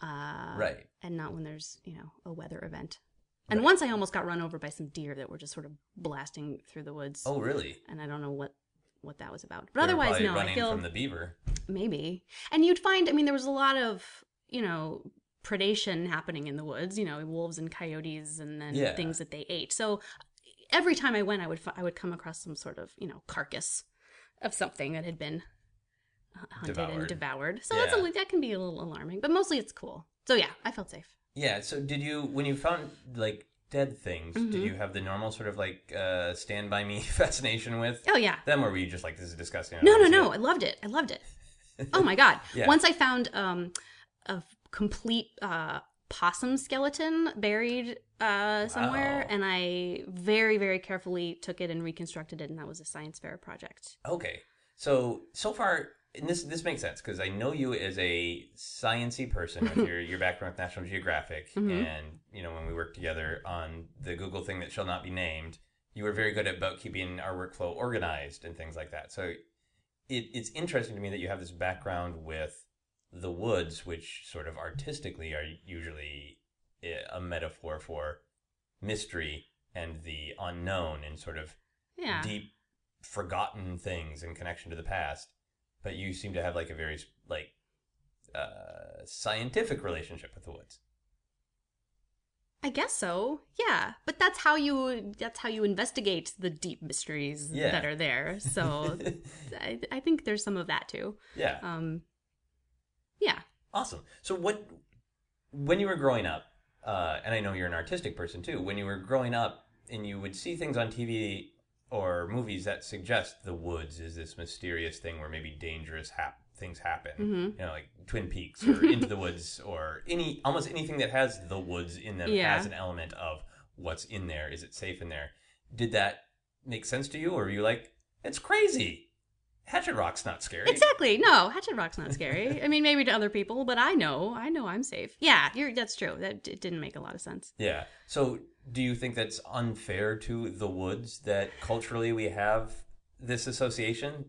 S1: uh,
S3: right
S1: and not when there's you know a weather event and once i almost got run over by some deer that were just sort of blasting through the woods
S3: oh really
S1: and i don't know what what that was about but
S3: They were
S1: otherwise
S3: probably
S1: no i
S3: running
S1: feel
S3: from the beaver
S1: maybe and you'd find i mean there was a lot of you know predation happening in the woods you know wolves and coyotes and then
S3: Yeah.
S1: things that they ate so every time i went i would fi- i would come across some sort of you know carcass of something that had been uh, hunted
S3: Devoured.
S1: and devoured so that's a,
S3: Yeah.
S1: li- that can be a little alarming but mostly it's cool so yeah i felt safe
S3: Yeah. So did you when you found like dead things?
S1: Mm-hmm.
S3: Did you have the normal sort of like uh, Stand By Me fascination with
S1: oh yeah
S3: them, or were you just like this is disgusting? I
S1: No, no,
S3: don't
S1: no.
S3: wanna
S1: I loved it. I loved it. Oh my god.
S3: Yeah.
S1: Once I found um a f- complete uh possum skeleton buried uh somewhere
S3: Wow.
S1: and I very very carefully took it and reconstructed it and that was a science fair project.
S3: see it? Okay. So so far, and this this makes sense because I know you as a sciency person with your your background with National Geographic, and you know when we worked together on the Google thing that shall not be named, you were very good at about keeping our workflow organized and things like that. So. It, it's interesting to me that you have this background with the woods, which sort of artistically are usually eh, a metaphor for mystery and the unknown and sort of
S1: Yeah.
S3: deep forgotten things in connection to the past. But you seem to have like a very like uh, scientific relationship with the woods.
S1: I guess so. Yeah. But that's how you that's how you investigate the deep mysteries
S3: Yeah.
S1: that are there. So I I think there's some of that too.
S3: Yeah,
S1: Um yeah.
S3: awesome. So what when you were growing up, uh, and I know you're an artistic person too. When you were growing up, and you would see things on TV or movies that suggest the woods is this mysterious thing where maybe dangerous hap- things happen.
S1: mm-hmm.
S3: You know, like Twin Peaks or Into the Woods or any almost anything that has the woods in them
S1: Yeah.
S3: has an element of what's in there. Is it safe in there? Did that make sense to you, or were you like, it's crazy? Hatchet Rock's not scary.
S1: Exactly. No, Hatchet Rock's not scary. I mean, maybe to other people, but I know, I know I'm safe. Yeah, you're, that's true. That d- didn't make a lot of sense.
S3: Yeah. So, do you think that's unfair to the woods that culturally we have this association?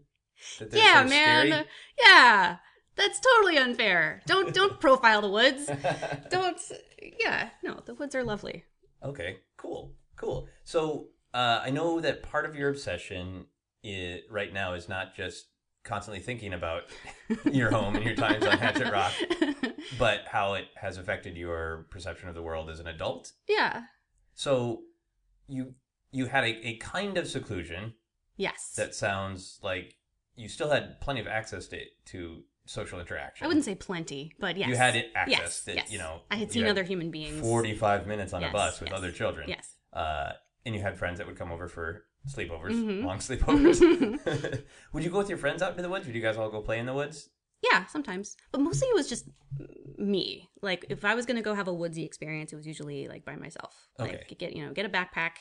S3: That they're
S1: yeah,
S3: so
S1: man.
S3: scary?
S1: Yeah, that's totally unfair. Don't don't profile the woods. don't. Yeah, no, the woods are lovely.
S3: Okay, cool, cool. So uh, I know that part of your obsession i right now is not just constantly thinking about your home and your times on Hatchet Rock, but how it has affected your perception of the world as an adult.
S1: Yeah.
S3: So you you had a, a kind of seclusion
S1: Yes.
S3: that sounds like you still had plenty of access to to social interaction.
S1: I wouldn't say plenty, but yes.
S3: you had it access
S1: Yes,
S3: that
S1: yes.
S3: you know
S1: I had
S3: you
S1: seen other human beings.
S3: 45 minutes on a
S1: Yes,
S3: bus with
S1: yes,
S3: other children
S1: Yes.
S3: uh, and you had friends that would come over for sleepovers,
S1: Mhm.
S3: long sleepovers. would you go with your friends out into the woods? Would you guys all go play in the woods?
S1: Yeah, sometimes. But mostly it was just me. Like if I was going to go have a woodsy experience, it was usually like by myself.
S3: Okay.
S1: Like get, you know, get a backpack,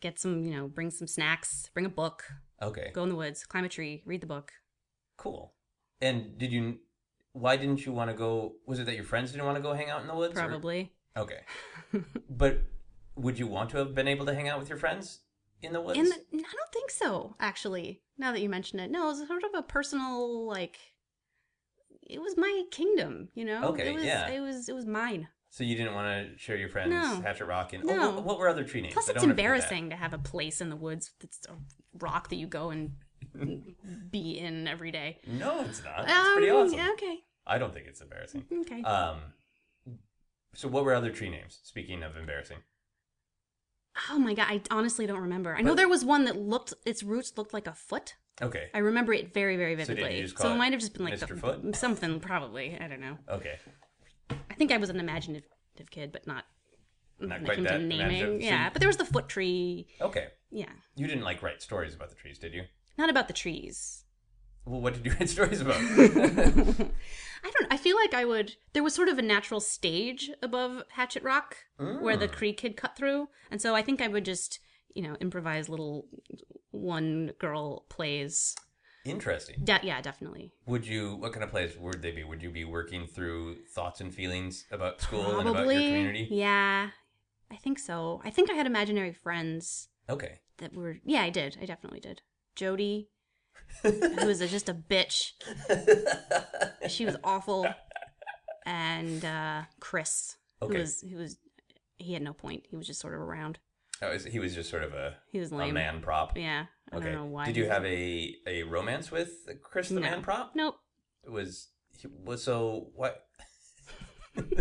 S1: get some, you know, bring some snacks, bring a book,
S3: Okay,
S1: go in the woods, climb a tree, read the book.
S3: cool. And did you? Why didn't you want to go? Was it that your friends didn't want to go hang out in the woods? or-
S1: Probably.
S3: Okay, but would you want to have been able to hang out with your friends in the woods?
S1: And the, I don't think so, actually. Now that you mention it. No, it was sort of a personal like it was my kingdom, you know?
S3: Okay,
S1: it was
S3: yeah.
S1: it was it was mine.
S3: so you didn't want to share your friends
S1: No.
S3: Hatchet Rock and
S1: No.
S3: oh, what, what were other tree names?
S1: Plus,
S3: I
S1: it's
S3: don't remember that.
S1: embarrassing to have a place in the woods that's a rock that you go and be in every day.
S3: No, it's not. It's pretty
S1: Um,
S3: awesome.
S1: yeah, Okay.
S3: I don't think it's embarrassing.
S1: Okay.
S3: Um, so what were other tree names? Speaking of embarrassing.
S1: oh my god, I honestly don't remember. I know
S3: but-
S1: there was one that looked its roots looked like a foot.
S3: Okay.
S1: I remember it very very
S3: So did
S1: vividly.
S3: you just call
S1: it
S3: it
S1: might have just been like
S3: Mr.
S1: the-
S3: Foot?
S1: something probably. I don't know.
S3: Okay.
S1: I think I was an imaginative kid, but not
S3: Not
S1: when it
S3: quite
S1: came to
S3: that
S1: naming.
S3: imaginative.
S1: Yeah,
S3: So-
S1: but there was the foot tree.
S3: Okay.
S1: Yeah,
S3: You didn't like write stories about the trees, did you?
S1: not about the trees.
S3: Well, what did you write stories about?
S1: I don't. I feel like I would. There was sort of a natural stage above Hatchet Rock where
S3: Ah.
S1: the creek had cut through, and so I think I would just, you know, improvise little one girl plays.
S3: Interesting.
S1: De- yeah, definitely.
S3: Would you? What kind of plays would they be? Would you be working through thoughts and feelings about school and about your
S1: Probably.
S3: community?
S1: Yeah, I think so. I think I had imaginary friends
S3: Okay.
S1: that were. Yeah, I did. I definitely did. Jody, who was a, just a bitch. She was awful, and uh, Chris,
S3: Okay.
S1: who was who was he had no point. He was just sort of around.
S3: Oh, is- he was just sort of a
S1: He was
S3: a
S1: lame.
S3: man prop.
S1: Yeah. I
S3: okay.
S1: don't know why.
S3: Did you have a a romance with Chris the
S1: No.
S3: man prop?
S1: Nope.
S3: It was he was so what?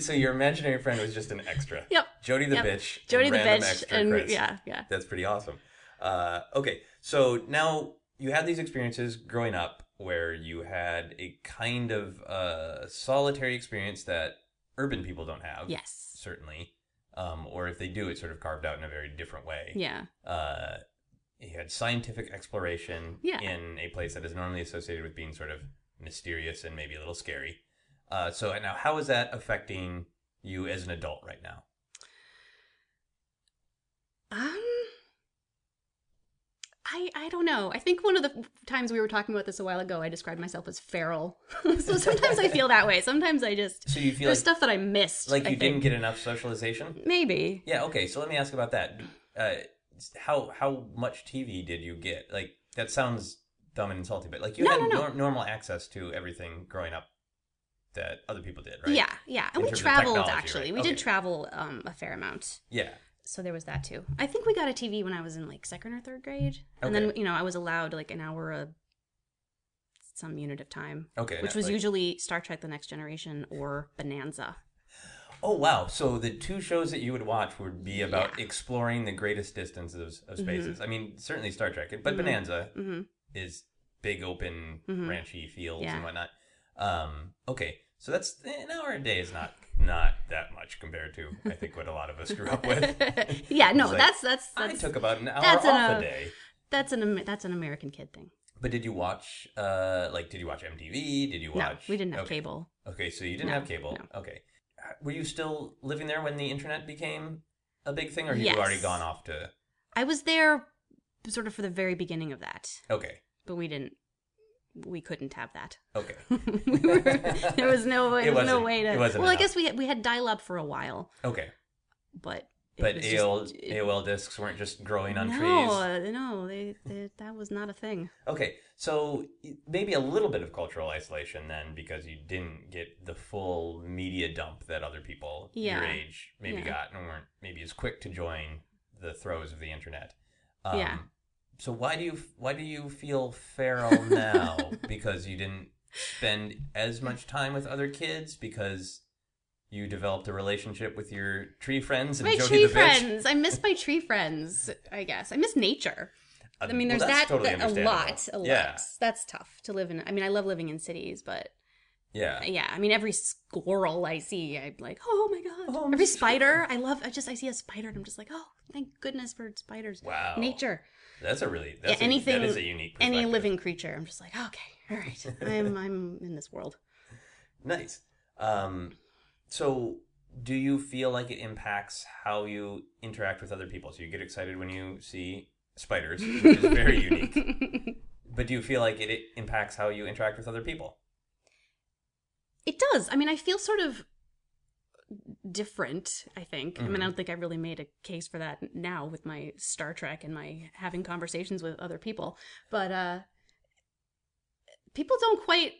S3: so your imaginary friend was just an extra.
S1: Yep.
S3: Jody the
S1: Yep.
S3: bitch. and
S1: Jody the
S3: random
S1: bitch
S3: extra
S1: and
S3: Chris.
S1: yeah, yeah.
S3: That's pretty awesome. Uh, okay, so now you had these experiences growing up where you had a kind of uh, solitary experience that urban people don't have.
S1: Yes.
S3: Certainly. Um, or if they do, it's sort of carved out in a very different way.
S1: Yeah.
S3: Uh, you had scientific exploration
S1: Yeah.
S3: in a place that is normally associated with being sort of mysterious and maybe a little scary. Uh, so now, how is that affecting you as an adult right now?
S1: Um I I don't know. I think one of the times we were talking about this a while ago, I described myself as feral. so sometimes I feel that way. Sometimes I just
S3: So you feel
S1: there's
S3: like
S1: stuff that I missed.
S3: like
S1: I
S3: you didn't
S1: think.
S3: get enough socialization
S1: Maybe.
S3: yeah okay so let me ask about that uh, how how much tv did you get like that sounds dumb and insulting but like you
S1: No,
S3: had
S1: no, no.
S3: nor- normal access to everything growing up that other people did right
S1: Yeah, yeah.
S3: In
S1: And we
S3: terms of
S1: traveled
S3: technology,
S1: actually.
S3: right?
S1: We did
S3: Okay.
S1: travel um a fair amount.
S3: yeah
S1: so there was that too. I think we got a TV when I was in like second or third grade, and then
S3: Okay.
S1: you know I was allowed like an hour a some unit of time,
S3: okay
S1: which
S3: that,
S1: was
S3: like-
S1: usually Star Trek: The Next Generation or Bonanza.
S3: oh wow so the two shows that you would watch would be about exploring the greatest distances
S1: Mm-hmm.
S3: of spaces i mean certainly star trek but bonanza
S1: hmm
S3: is big open
S1: Mhm.
S3: ranchy fields
S1: Yeah.
S3: and whatnot. Um, okay, so that's an hour a day is not not that much compared to I think what a lot of us grew up with.
S1: Yeah, no,
S3: It's like,
S1: that's that's
S3: I
S1: that's
S3: took about an hour
S1: that's
S3: off a
S1: enough.
S3: day.
S1: that's an Amer- that's an American kid thing.
S3: But did you watch uh like did you watch MTV? Did you watch
S1: No, we didn't have
S3: okay.
S1: cable.
S3: Okay, so you didn't
S1: No,
S3: have cable.
S1: no.
S3: Okay. Uh, Were you still living there when the internet became a big thing or had
S1: Yes.
S3: you already gone off to
S1: I was there sort of for the very beginning of that,
S3: Okay.
S1: but we didn't we couldn't have that.
S3: Okay.
S1: We were- there was no way
S3: It
S1: there was no
S3: wasn't-
S1: way to
S3: it
S1: Well,
S3: wasn't
S1: I
S3: enough.
S1: guess we had, we had dial up for a while,
S3: Okay.
S1: but it
S3: But
S1: was
S3: AOL
S1: just,
S3: AOL discs weren't just growing on
S1: no,
S3: trees.
S1: uh, no, they, they, that was not a thing.
S3: Okay, so maybe a little bit of cultural isolation then because you didn't get the full media dump that other people your
S1: Yeah.
S3: age maybe
S1: Yeah.
S3: got and weren't maybe as quick to join the throes of the internet. Um,
S1: Yeah.
S3: So why do you why do you feel feral now because you didn't spend as much time with other kids because you developed a relationship with your tree friends and
S1: My
S3: Jody
S1: tree
S3: the bitch?
S1: friends. I miss my tree friends. I guess I miss nature.
S3: Uh,
S1: I mean,
S3: well,
S1: there's that,
S3: that's totally
S1: that a
S3: understandable.
S1: lot, a lot.
S3: Yeah,
S1: That's tough to live in. I mean, I love living in cities, but
S3: yeah.
S1: yeah, I mean, every squirrel I see, I'm like, oh my god.
S3: Oh, I'm
S1: every
S3: sure.
S1: spider, I love. I just I see a spider, and I'm just like, oh, thank goodness for spiders.
S3: Wow.
S1: Nature,
S3: That's a really that's
S1: Yeah, anything-
S3: anything. that is a unique.
S1: any
S3: perspective.
S1: living creature. I'm just like, okay, all right, I'm I'm in this world.
S3: Nice. Um, so, do you feel like it impacts how you interact with other people? So you get excited when you see spiders, which is very unique. But do you feel like it, it impacts how you interact with other people?
S1: It does. I mean, I feel sort of different, I think. I mean,
S3: Mm-hmm.
S1: I don't think I really made a case for that now with my Star Trek and my having conversations with other people. But uh people don't quite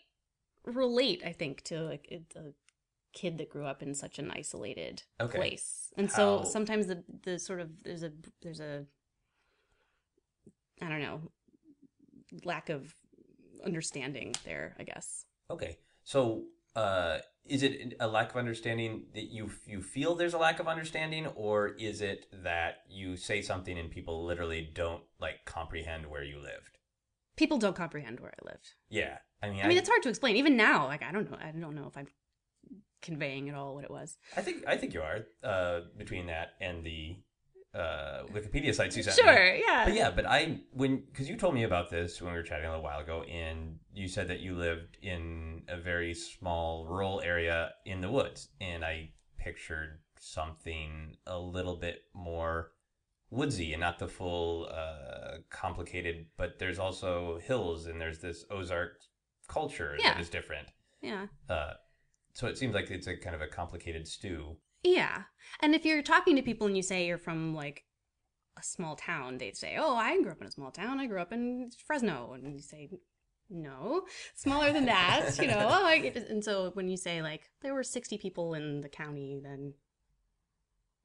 S1: relate, I think, to a, a kid that grew up in such an isolated
S3: Okay.
S1: place. And so
S3: How-
S1: sometimes the the sort of there's a there's a I don't know, lack of understanding there, I guess.
S3: Okay. So, uh, is it a lack of understanding that you you feel there's a lack of understanding, or is it that you say something and people literally don't like comprehend where you lived?
S1: people don't comprehend where I lived.
S3: Yeah. I mean,
S1: I mean, it's hard to explain even now. Like, I don't know. I don't know if I'm conveying at all what it was.
S3: I think I think you are uh, between that and the uh, Wikipedia sites you sent. me.
S1: Sure. Yeah.
S3: But yeah, but I when because you told me about this when we were chatting a little while ago, and you said that you lived in a very small rural area in the woods, and I pictured something a little bit more woodsy and not the full uh, complicated. But there's also hills, and there's this Ozark culture
S1: Yeah.
S3: that is different.
S1: Yeah.
S3: Uh, so it seems like it's a kind of a complicated stew.
S1: Yeah. And if you're talking to people and you say you're from like a small town, they'd say, "Oh, I grew up in a small town. I grew up in Fresno." And you say, "No, smaller than that." you know. Oh, I get it." and so when you say like there were 60 people in the county, then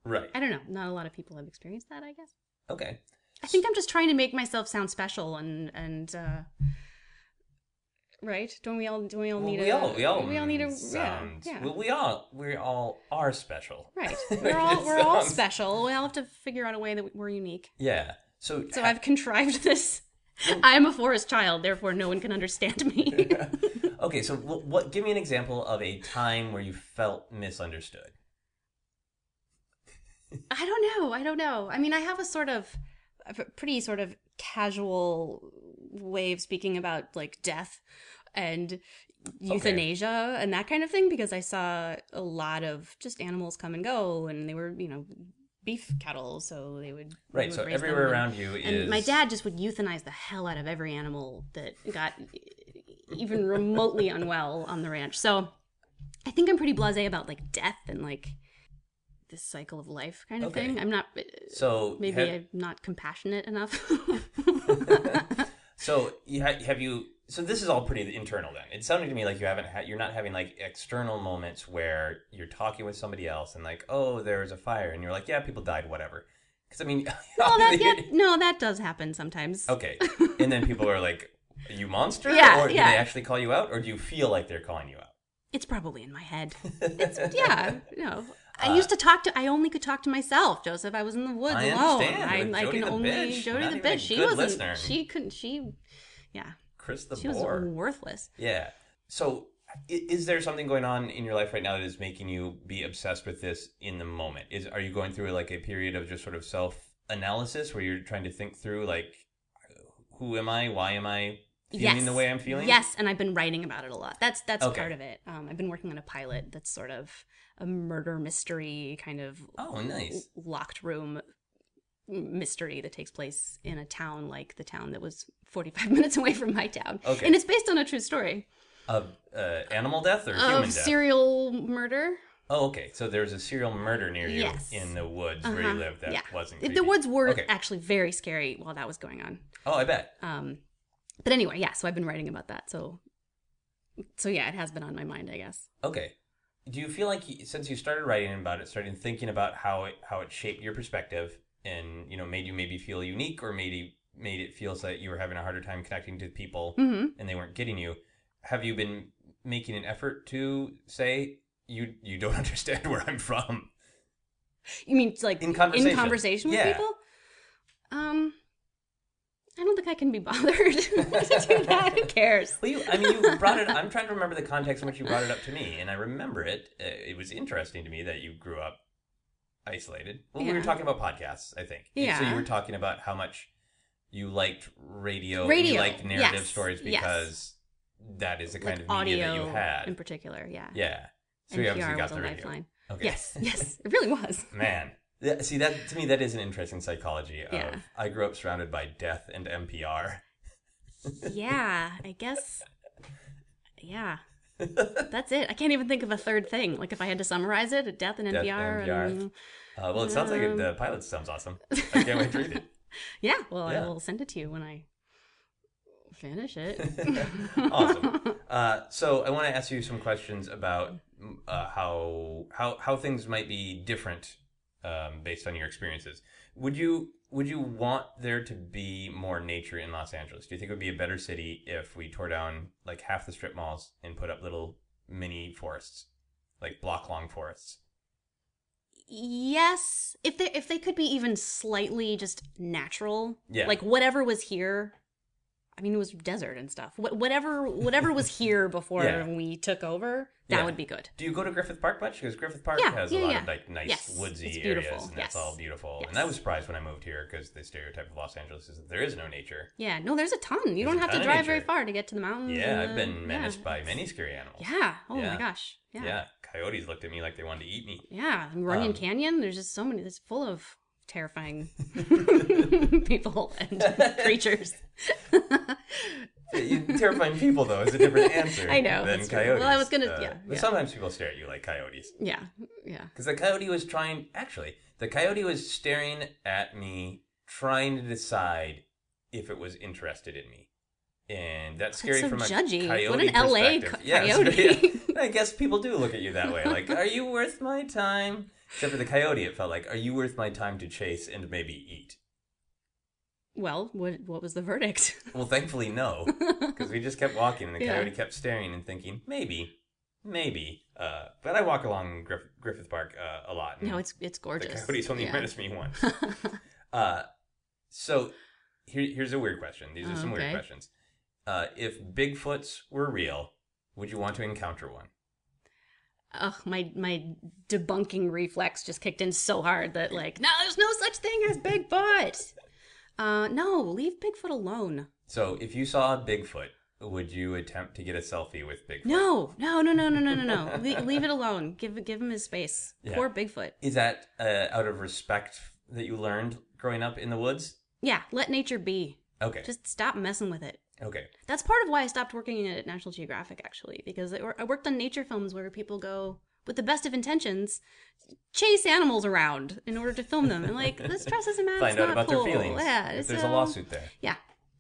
S3: Right.
S1: I don't know. Not a lot of people have experienced that, I guess.
S3: Okay.
S1: I think I'm just trying to make myself sound special and and uh right? Don't we all don't we all
S3: Well,
S1: need
S3: we
S1: a
S3: all we all
S1: need a
S3: sound-
S1: yeah, yeah.
S3: Well, we all we all are special.
S1: right.
S3: It
S1: We're all
S3: just
S1: we're all
S3: sounds-
S1: special. We all have to figure out a way that we're unique.
S3: Yeah. So uh,
S1: So I've contrived this. I'm a forest child, therefore no one can understand me.
S3: okay. So wh- what? Give me an example of a time where you felt misunderstood.
S1: I don't know. I don't know. I mean, I have a sort of a p- pretty sort of casual way of speaking about like death and euthanasia and that kind of thing because I saw a lot of just animals come and go and they were, you know, beef cattle, so they would they
S3: Right.
S1: would
S3: So
S1: raise them
S3: everywhere
S1: and-
S3: around you
S1: and
S3: is
S1: my dad just would euthanize the hell out of every animal that got even remotely unwell on the ranch. So I think I'm pretty blasé about like death and like this cycle of life kind of
S3: Okay.
S1: thing. I'm not uh,
S3: So
S1: maybe
S3: have,
S1: I'm not compassionate enough.
S3: so you ha- have you. So this is all pretty internal then. It sounded to me like you haven't had you're not having like external moments where you're talking with somebody else and like oh there was a fire and you're like yeah people died whatever. Because I mean,
S1: well, that,
S3: obviously-
S1: yeah, no, that does happen sometimes.
S3: Okay. And then people are like, "You monster!"
S1: Yeah,
S3: or do
S1: yeah.
S3: they actually call you out, or do you feel like they're calling you out?
S1: It's probably in my head. It's yeah, no. I used to talk to. I only could talk to myself, Joseph. I was in the woods
S3: Uh, I
S1: alone.
S3: understand.
S1: I,
S3: With
S1: I
S3: Jody
S1: can
S3: the
S1: only
S3: Bitch,
S1: Jody
S3: not
S1: the
S3: even a
S1: bitch. She
S3: good
S1: wasn't.
S3: listener.
S1: She couldn't. She, yeah,
S3: Chris the
S1: she was
S3: boar.
S1: worthless.
S3: Yeah. So is there something going on in your life right now that is making you be obsessed with this in the moment? Is are you going through like a period of just sort of self analysis where you're trying to think through like who am I? Why am I feeling
S1: yes.
S3: the way I'm feeling?
S1: Yes, and I've been writing about it a lot. That's that's
S3: Okay.
S1: part of it. Um, I've been working on a pilot that's sort of a murder mystery kind of
S3: Oh, nice.
S1: l- locked room mystery that takes place in a town like the town that was 45 minutes away from my town.
S3: Okay.
S1: And it's based on a true story
S3: Of uh, animal death or human
S1: of
S3: death?
S1: serial murder.
S3: oh, okay. So there was a serial murder near you
S1: Yes.
S3: in the woods where you
S1: Uh-huh.
S3: lived that
S1: yeah.
S3: wasn't.
S1: The
S3: creepy.
S1: woods were
S3: Okay.
S1: actually very scary while that was going on.
S3: Oh, I bet.
S1: Um, but anyway, yeah, so I've been writing about that. So so yeah, it has been on my mind, I guess.
S3: Okay. Do you feel like you, since you started writing about it, started thinking about how it how it shaped your perspective and you know made you maybe feel unique or maybe made it feels that you were having a harder time connecting to people
S1: Mhm.
S3: and they weren't getting you? Have you been making an effort to say you you don't understand where I'm from?
S1: You mean it's like
S3: In conversation.
S1: conversation with
S3: Yeah.
S1: people? Um, I don't think I can be bothered to do that. Who cares?
S3: Well, you, I mean, you brought it. I'm trying to remember the context in which you brought it up to me, and I remember it. Uh, It was interesting to me that you grew up isolated. Well, we were
S1: Yeah.
S3: talking about podcasts, I think. And So you
S1: Yeah.
S3: were talking about how much you liked radio, and you
S1: Radio,
S3: liked narrative
S1: yes,
S3: stories
S1: yes.
S3: because that is the kind
S1: like
S3: of media
S1: audio
S3: that you
S1: in
S3: had.
S1: particular, yeah.
S3: Yeah. So
S1: NPR
S3: you obviously got
S1: was
S3: the
S1: a
S3: radio.
S1: lifeline.
S3: Okay.
S1: Yes, yes, it really was.
S3: Man, Th- see that to me that is an interesting psychology. Of,
S1: Yeah.
S3: I grew up surrounded by death and NPR.
S1: Yeah, I guess. Yeah, that's it. I can't even think of a third thing. Like if I had to summarize it, a death and
S3: Death,
S1: NPR,
S3: NPR.
S1: and
S3: Uh, well, it sounds like it,
S1: Um.
S3: the pilot sounds awesome. I can't wait to read it.
S1: yeah. Well,
S3: Yeah.
S1: I will send it to you when I finish it.
S3: awesome. Uh, so I want to ask you some questions about uh, how how how things might be different um, based on your experiences. Would you would you want there to be more nature in Los Angeles? Do you think it would be a better city if we tore down like half the strip malls and put up little mini forests, like block long forests?
S1: yes if they if they could be even slightly just natural
S3: Yeah.
S1: like whatever was here i mean it was desert and stuff Wh- whatever whatever was here before
S3: Yeah.
S1: we took over that
S3: Yeah.
S1: would be good
S3: Do you go to Griffith Park much? Because Griffith Park
S1: Yeah,
S3: has a
S1: yeah,
S3: lot
S1: yeah.
S3: of like nice
S1: Yes, it's
S3: woodsy areas,
S1: beautiful,
S3: and
S1: yes.
S3: that's all beautiful. And
S1: Yes.
S3: I was surprised when I moved here because the stereotype of Los Angeles is that there is no nature.
S1: yeah no there's a ton you
S3: There's
S1: don't
S3: a
S1: have to
S3: ton of
S1: drive very
S3: nature.
S1: far to get to the mountains
S3: Yeah,
S1: and
S3: I've
S1: the-
S3: been menaced
S1: yeah.
S3: by many scary animals.
S1: yeah oh
S3: Yeah.
S1: my gosh Mm, yeah yeah,
S3: coyotes looked at me like they wanted to eat me.
S1: And runyon
S3: Um,
S1: canyon there's just so many that's full of terrifying people and creatures
S3: You- Terrifying people, though, is a different answer.
S1: I know,
S3: Than
S1: that's true.
S3: coyotes. uh,
S1: Well, I was gonna- yeah,
S3: but
S1: yeah.
S3: Sometimes people stare at you like coyotes.
S1: yeah yeah
S3: Because the coyote was trying, actually, the coyote was staring at me, trying to decide if it was interested in me. And that's
S1: That's
S3: scary
S1: so
S3: from a
S1: judgy.
S3: coyote
S1: What an LA
S3: perspective.
S1: co-
S3: Yeah, it's-
S1: coyote.
S3: yeah. I guess people do look at you that way. Like, are you worth my time? Except for the coyote, it felt like, are you worth my time to chase and maybe eat?
S1: Well, what what was the verdict?
S3: Well, thankfully, no, because we just kept walking, and the
S1: Yeah.
S3: coyote kept staring and thinking, maybe, maybe. Uh, but I walk along Griff- Griffith Park uh, a lot. and
S1: no, it's it's
S3: the
S1: gorgeous.
S3: coyote's only
S1: Yeah.
S3: menaced me once. uh, so here, here's a weird question. These are some weird
S1: Okay.
S3: questions. Uh, if Bigfoots were real, would you want to encounter one?
S1: Ugh, my my debunking reflex just kicked in so hard that like, no, there's no such thing as Bigfoot. Uh, no, leave Bigfoot alone.
S3: So if you saw a Bigfoot, would you attempt to get a selfie with Bigfoot?
S1: No, no, no, no, no, no, no, no. Le- leave it alone. Give give him his space.
S3: Yeah.
S1: Poor Bigfoot.
S3: Is that uh, out of respect that you learned growing up in the woods?
S1: Yeah, let nature be.
S3: Okay.
S1: Just stop messing with it.
S3: okay.
S1: That's part of why I stopped working at National Geographic, actually, because it, I worked on nature films where people go, with the best of intentions, chase animals around in order to film them. And like, this dress isn't mad.
S3: find
S1: it's
S3: out
S1: not
S3: about
S1: cool.
S3: their feelings.
S1: Yeah,
S3: if there's a
S1: so-
S3: lawsuit there.
S1: Yeah.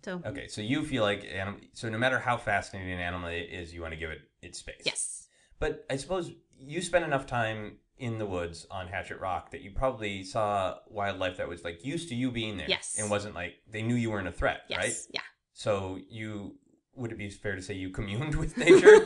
S1: So,
S3: Okay, so you feel like anim- so no matter how fascinating an animal it is, you want to give it its space.
S1: yes.
S3: But I suppose you spent enough time in the woods on Hatchet Rock that you probably saw wildlife that was like used to you being there.
S1: Yes.
S3: And wasn't like they knew you weren't a threat,
S1: Yes.
S3: right?
S1: Yeah.
S3: So you would it be fair to say you communed with nature?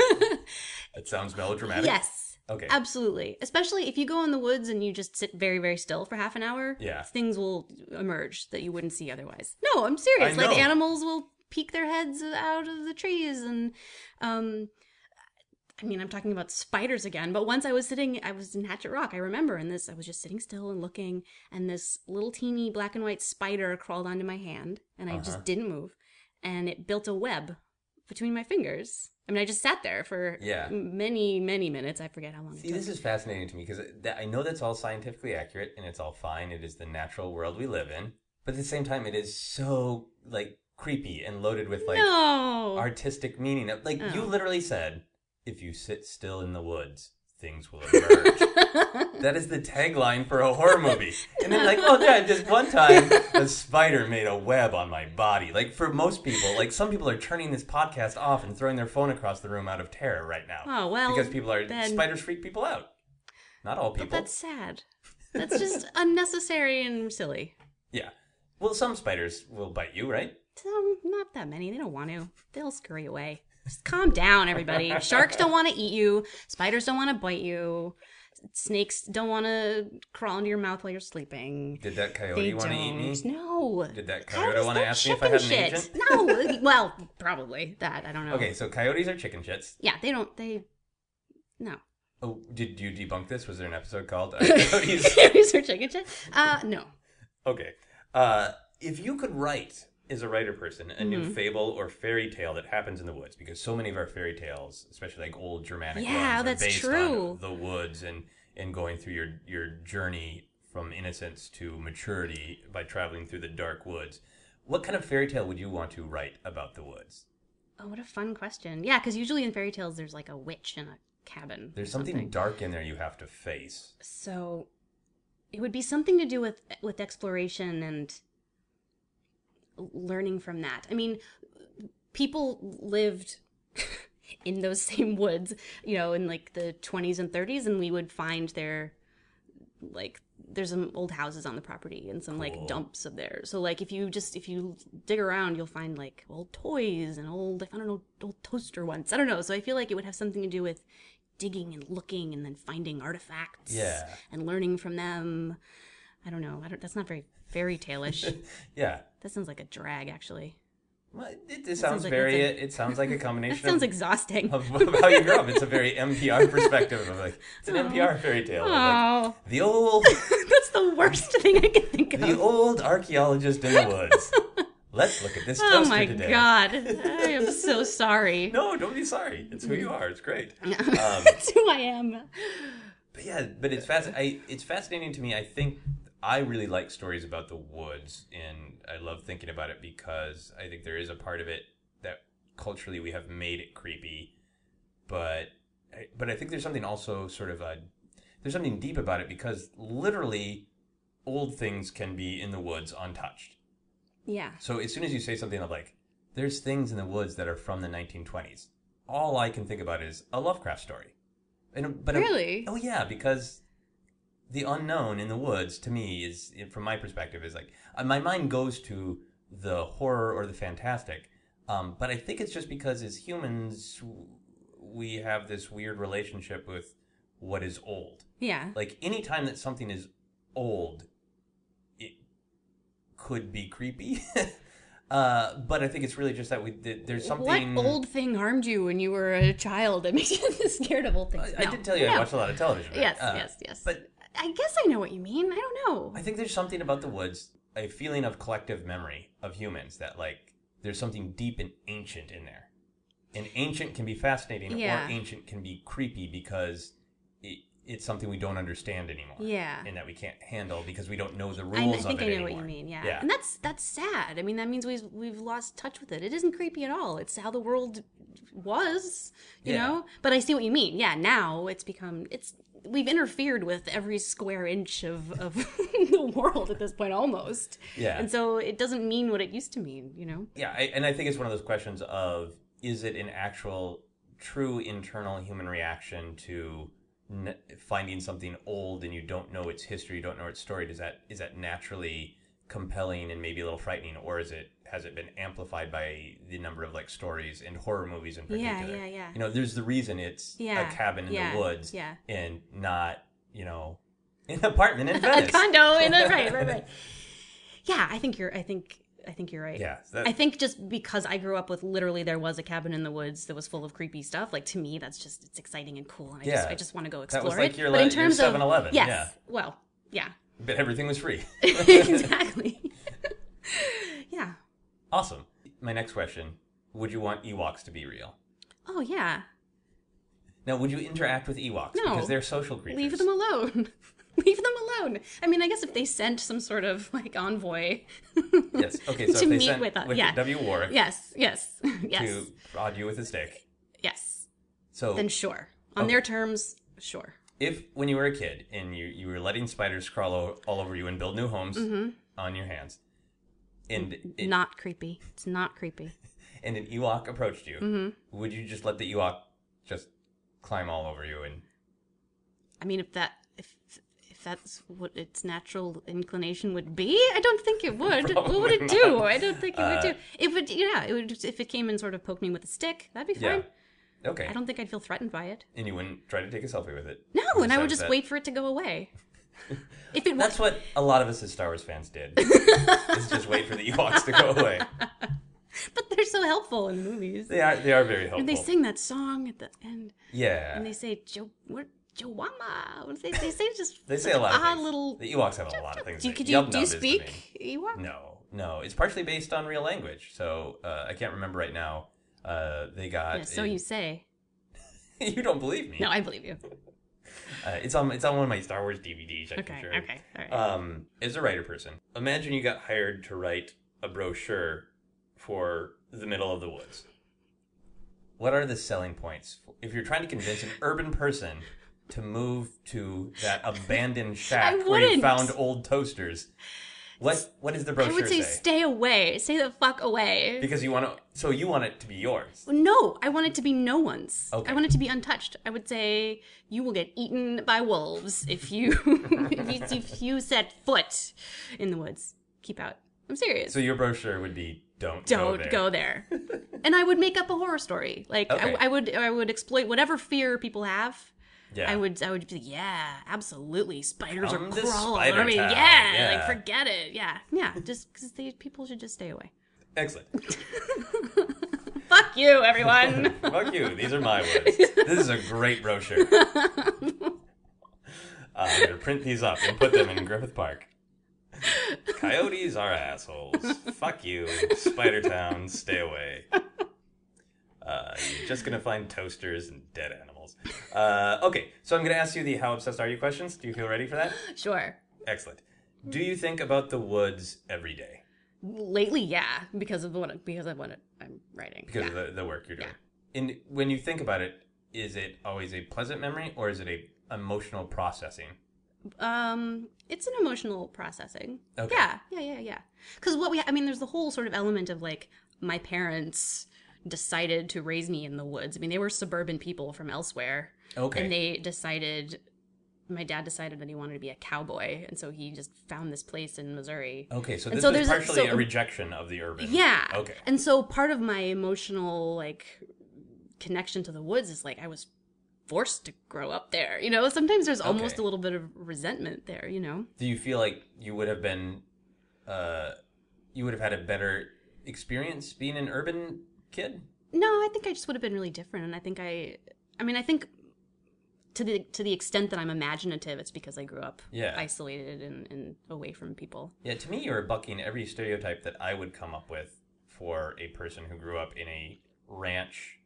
S3: that sounds melodramatic.
S1: Yes.
S3: Okay.
S1: Absolutely. Especially if you go in the woods and you just sit very, very still for half an hour,
S3: Yeah.
S1: things will emerge that you wouldn't see otherwise. No, I'm serious.
S3: I
S1: Like
S3: know.
S1: animals will peek their heads out of the trees and um I mean, I'm talking about spiders again, but once I was sitting, I was in Hatchet Rock, I remember, and this, I was just sitting still and looking, and this little teeny black and white spider crawled onto my hand, and I
S3: Uh-huh.
S1: just didn't move, and it built a web between my fingers. I mean, I just sat there for
S3: Yeah.
S1: many, many minutes. I forget how long it
S3: See,
S1: took.
S3: this is fascinating to me because that, I know that's all scientifically accurate and it's all fine. It is the natural world we live in, but at the same time, it is so like creepy and loaded with like
S1: no!
S3: artistic meaning. Like you
S1: Oh.
S3: literally said, "If you sit still in the woods, things will emerge." that is the tagline for a horror movie. And then like, oh yeah, just one time a spider made a web on my body. Like for most people, like some people are turning this podcast off and throwing their phone across the room out of terror right now.
S1: Oh, well,
S3: because people are
S1: then-
S3: spiders freak people out. Not all people.
S1: But that's sad. That's just unnecessary and silly.
S3: Yeah. Well, some spiders will bite you, right?
S1: Um, not that many. They don't want to. They'll scurry away. Just calm down, everybody. Sharks don't want to eat you. Spiders don't want to bite you. Snakes don't want to crawl into your mouth while you're sleeping.
S3: Did that coyote
S1: They
S3: want
S1: don't.
S3: to eat me?
S1: No.
S3: Did that
S1: Coyotes
S3: coyote want to
S1: don't
S3: ask me if I
S1: ship and
S3: had an
S1: shit.
S3: agent?
S1: No. uh, Well, probably that. I don't know.
S3: Okay, so coyotes are chicken shits.
S1: Yeah, they don't. They. No.
S3: Oh, did you debunk this? Was there an episode called uh, Coyotes?
S1: Coyotes are chicken shit. Uh, no.
S3: okay. Uh, if you could write as a writer person a new
S1: Mm-hmm.
S3: fable or fairy tale that happens in the woods, because so many of our fairy tales, especially like old Germanic
S1: Yeah,
S3: ones,
S1: that's
S3: are based
S1: true.
S3: on the woods and and going through your your journey from innocence to maturity by traveling through the dark woods. What kind of fairy tale would you want to write about the woods?
S1: Oh, what a fun question. Yeah, because usually in fairy tales, there's like a witch in a cabin.
S3: There's something, dark in there you have to face.
S1: so it would be something to do with with exploration and learning from that i mean people lived in those same woods you know in like the 20s and 30s and we would find their like there's some old houses on the property and some like
S3: Cool.
S1: dumps of theirs so like if you just if you dig around you'll find like old toys and old i don't know old toaster once i don't know so i feel like it would have something to do with digging and looking and then finding artifacts
S3: Yeah.
S1: and learning from them. I don't know. I don't, that's not very fairy taleish.
S3: Yeah.
S1: that sounds like a drag, actually.
S3: Well, it, it sounds
S1: like-
S3: very.
S1: that's
S3: it, it sounds like a
S1: That
S3: combination
S1: sounds
S3: of,
S1: exhausting.
S3: of, of how you grew up. It's a very NPR perspective of like it's an NPR fairy tale. of, Like,
S1: Oh,
S3: the old,
S1: that's the worst thing I can think
S3: the
S1: of.
S3: old archaeologist in the woods. Let's look at this toaster
S1: Oh my
S3: today.
S1: god, I am so sorry.
S3: No, don't be sorry. It's who you are. It's great. Um,
S1: That's who I am.
S3: But yeah, but it's fasc- I, It's fascinating to me. I think I really like stories about the woods, and I love thinking about it because I think there is a part of it that culturally we have made it creepy, but I- but I think there's something also sort of a there's something deep about it because literally old things can be in the woods untouched.
S1: Yeah.
S3: So as soon as you say something of like, there's things in the woods that are from the 1920s, all I can think about is a Lovecraft story. And, but
S1: Really?
S3: oh yeah, because the unknown in the woods to me is, from my perspective, is like uh, my mind goes to the horror or the fantastic. Um, but I think it's just because as humans, w- we have this weird relationship with what is old
S1: Yeah.
S3: like any time that something is old it could be creepy uh but i think it's really just that we that there's something
S1: What old thing harmed you when you were a child that makes you scared of old
S3: I,
S1: things?
S3: I
S1: No.
S3: did tell you i
S1: No.
S3: watched a lot of television right?
S1: Yes,
S3: Uh,
S1: yes, yes.
S3: but
S1: I guess I know what you mean. I don't know.
S3: i think there's something about the woods a feeling of collective memory of humans that like there's something deep and ancient in there and ancient can be fascinating
S1: Yeah.
S3: or ancient can be creepy because it, it's something we don't understand anymore
S1: Yeah.
S3: and that we can't handle because we don't know the
S1: I, I
S3: rules
S1: think
S3: of
S1: I
S3: it
S1: know what
S3: anymore.
S1: you mean. Yeah. and that's that's sad. I mean, that means we've we've lost touch with it. It isn't creepy at all. It's how the world was, you
S3: Yeah.
S1: know. But I see what you mean. Yeah, now it's become it's we've interfered with every square inch of of the world at this point almost.
S3: Yeah.
S1: and so it doesn't mean what it used to mean, you know.
S3: Yeah, I, and I think it's one of those questions of is it an actual true internal human reaction to n- finding something old and you don't know its history, you don't know its story? Does that is that naturally compelling and maybe a little frightening, or is it has it been amplified by the number of like stories and horror movies in
S1: Yeah,
S3: particular?
S1: yeah, yeah.
S3: You know, there's the reason it's
S1: Yeah,
S3: a cabin in
S1: yeah,
S3: the woods
S1: yeah.
S3: and not you know an apartment in
S1: a
S3: Venice.
S1: condo in a right, right, right. Yeah, I think you're. I think I think you're right.
S3: Yeah, that-
S1: I think just because I grew up with literally there was a cabin in the woods that was full of creepy stuff. Like to me, that's just it's exciting and cool, and I just
S3: Yeah.
S1: I just want to go
S3: That
S1: explore
S3: was like
S1: it.
S3: your
S1: but
S3: li-
S1: in
S3: your
S1: terms of
S3: 7-Eleven,
S1: yes,
S3: yeah.
S1: well, yeah,
S3: But everything was free.
S1: exactly. yeah.
S3: awesome. My next question Would you want Ewoks to be real?
S1: Oh yeah.
S3: Now, would you interact with Ewoks?
S1: No.
S3: Because they're social creatures.
S1: Leave them alone. Leave them alone. I mean, I guess if they sent some sort of like envoy
S3: Yes. Okay,
S1: to
S3: so if they
S1: meet
S3: sent
S1: with us,
S3: with
S1: yeah.
S3: W. Warwick
S1: Yes, yes, yes,
S3: to Oh. prod you with a stick.
S1: yes.
S3: So
S1: Then sure. On
S3: Okay.
S1: their terms, sure.
S3: if when you were a kid and you, you were letting spiders crawl o- all over you and build new homes on your hands, and it-
S1: Mm-hmm. not creepy. It's not creepy. Mm-hmm.
S3: and an Ewok approached you, would you just let the Ewok just climb all over you? And
S1: I mean, if that if if that's what its natural inclination would be, I don't think it would. what would it
S3: Probably
S1: do?
S3: not.
S1: I don't think it
S3: Uh,
S1: would do. It would, yeah. It would if it came and sort of poked me with a stick. That'd be fine.
S3: yeah, okay.
S1: I don't think I'd feel threatened by it.
S3: and you wouldn't try to take a selfie with it.
S1: No,
S3: You
S1: and I would
S3: was
S1: just
S3: that-
S1: wait for it to go away. if it was,
S3: That's what a lot of us as Star Wars fans did. is just wait for the Ewoks to go away.
S1: but they're so helpful in movies.
S3: They are they are very helpful. Ah.
S1: And they sing that song at the end,
S3: yeah.
S1: and they say "Jo, what, Jowama." What do They they say just
S3: They say
S1: such
S3: a lot of
S1: odd
S3: things.
S1: little.
S3: The Ewoks have a lot of things.
S1: do you,
S3: that
S1: could you,
S3: Yub
S1: do you
S3: Nub is the main-
S1: speak Ewok?
S3: No, no. It's partially based on real language, so uh, I can't remember right now. Uh, they got.
S1: Yeah, so
S3: a-
S1: you say.
S3: you don't believe me.
S1: No, I believe you.
S3: Uh, it's on. It's on one of my Star Wars DVDs. I
S1: Okay,
S3: can show you.
S1: okay, all right.
S3: Um, as a writer person, imagine you got hired to write a brochure for the middle of the woods. What are the selling points if you're trying to convince an urban person to move to that abandoned shack where you
S1: wouldn't.
S3: found old toasters? What What does the brochure
S1: I would say,
S3: say?
S1: stay away. Stay the fuck away.
S3: Because you want to, so you want it to be yours.
S1: No, I want it to be no one's.
S3: Okay.
S1: I want it to be untouched. I would say you will get eaten by wolves if you if, you- if you set foot in the woods. Keep out. I'm serious.
S3: So your brochure would be don't
S1: Don't
S3: go there.
S1: go there. and I would make up a horror story. Like
S3: Okay.
S1: I, I would I would exploit whatever fear people have.
S3: Yeah.
S1: I would I would be like, yeah, absolutely. Spiders
S3: Come
S1: are
S3: to
S1: crawling.
S3: Spider
S1: I mean,
S3: Town.
S1: yeah,
S3: Yeah.
S1: like forget it. Yeah, yeah. Just because people should just stay away.
S3: Excellent.
S1: Fuck you, everyone.
S3: Fuck you. These are my words. This is a great brochure. Uh, I'm going to print these up and put them in Griffith Park. Coyotes are assholes. Fuck you. Spider Town, stay away. Uh, you're just going to find toasters and dead animals. Uh, okay, so I'm going to ask you the How Obsessed Are You questions. Do you feel ready for that?
S1: sure.
S3: Excellent. Do you think about the woods every day?
S1: Lately, yeah, because of what because of what I'm writing.
S3: because
S1: yeah.
S3: of the, the work you're doing. And when you think about it, is it always a pleasant memory or is it a emotional processing?
S1: um, it's an emotional processing.
S3: Okay.
S1: Yeah, yeah, yeah, yeah. Because what we, I mean, there's the whole sort of element of like my parents decided to raise me in the woods. I mean, they were suburban people from elsewhere,
S3: Okay.
S1: and they decided. My dad decided that he wanted to be a cowboy, and so he just found this place in Missouri.
S3: okay, so
S1: And
S3: this
S1: so
S3: is
S1: there's a-
S3: partially
S1: so-
S3: a rejection of the urban.
S1: Yeah.
S3: Okay.
S1: And so part of my emotional like connection to the woods is like I was forced to grow up there. You know, sometimes there's almost
S3: Okay.
S1: a little bit of resentment there, you know.
S3: Do you feel like you would have been, uh, you would have had a better experience being an urban kid?
S1: No, I think I just would have been really different and I think I I mean, I think to the to the extent that I'm imaginative, it's because I grew up
S3: Yeah.
S1: isolated and, and away from people.
S3: Yeah, to me, you're bucking every stereotype that I would come up with for a person who grew up in a ranch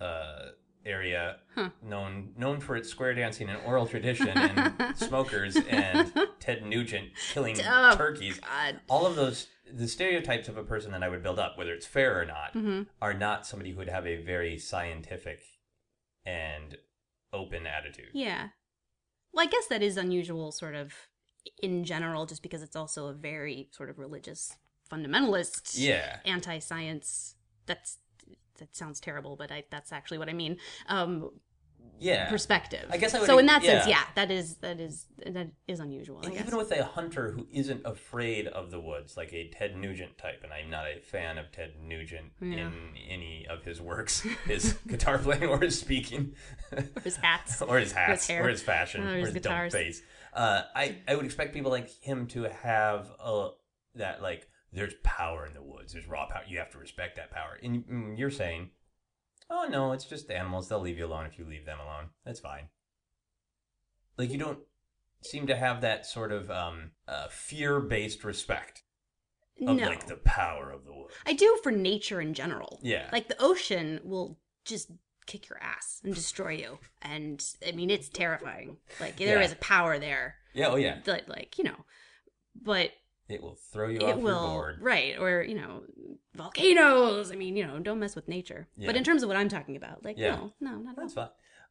S3: uh, area known known for its square dancing and oral tradition and smokers and Ted Nugent killing
S1: Oh,
S3: turkeys.
S1: God.
S3: All of those the stereotypes of a person that I would build up, whether it's fair or not,
S1: Mm-hmm.
S3: are not somebody who would have a very scientific and open attitude.
S1: Yeah. Well, I guess that is unusual, sort of in general, just because it's also a very sort of religious fundamentalist,
S3: Yeah.
S1: anti-science. That's that sounds terrible, but I, that's actually what I mean. Um,
S3: Yeah.
S1: perspective.
S3: I guess I would
S1: so. In that
S3: ag-
S1: sense,
S3: yeah.
S1: yeah, that is that is that is unusual. I
S3: And
S1: guess.
S3: even with a hunter who isn't afraid of the woods, like a Ted Nugent type, and I'm not a fan of Ted Nugent
S1: Yeah.
S3: in any of his works, his guitar playing or his speaking,
S1: His hats.
S3: or his hats,
S1: hair.
S3: or his fashion,
S1: Or
S3: or his,
S1: his
S3: dumb
S1: guitars.
S3: face. Uh, I I would expect people like him to have a, that like there's power in the woods. There's raw power. You have to respect that power. And mm, you're saying, oh no, it's just animals. They'll leave you alone if you leave them alone. That's fine. Like you don't seem to have that sort of um, uh, fear-based respect of
S1: no.
S3: like the power of the woods.
S1: I do for nature in general.
S3: Yeah.
S1: Like the ocean will just kick your ass and destroy you. And I mean, it's terrifying. Like there
S3: Yeah.
S1: is a power there
S3: yeah. Oh yeah.
S1: that, like, you know, but
S3: It will throw you
S1: it
S3: off your
S1: will,
S3: board.
S1: right. Or, you know, volcanoes. I mean, you know, don't mess with nature. But
S3: Yeah.
S1: in terms of what I'm talking about, like,
S3: Yeah.
S1: no, no, not at all.
S3: That's fine.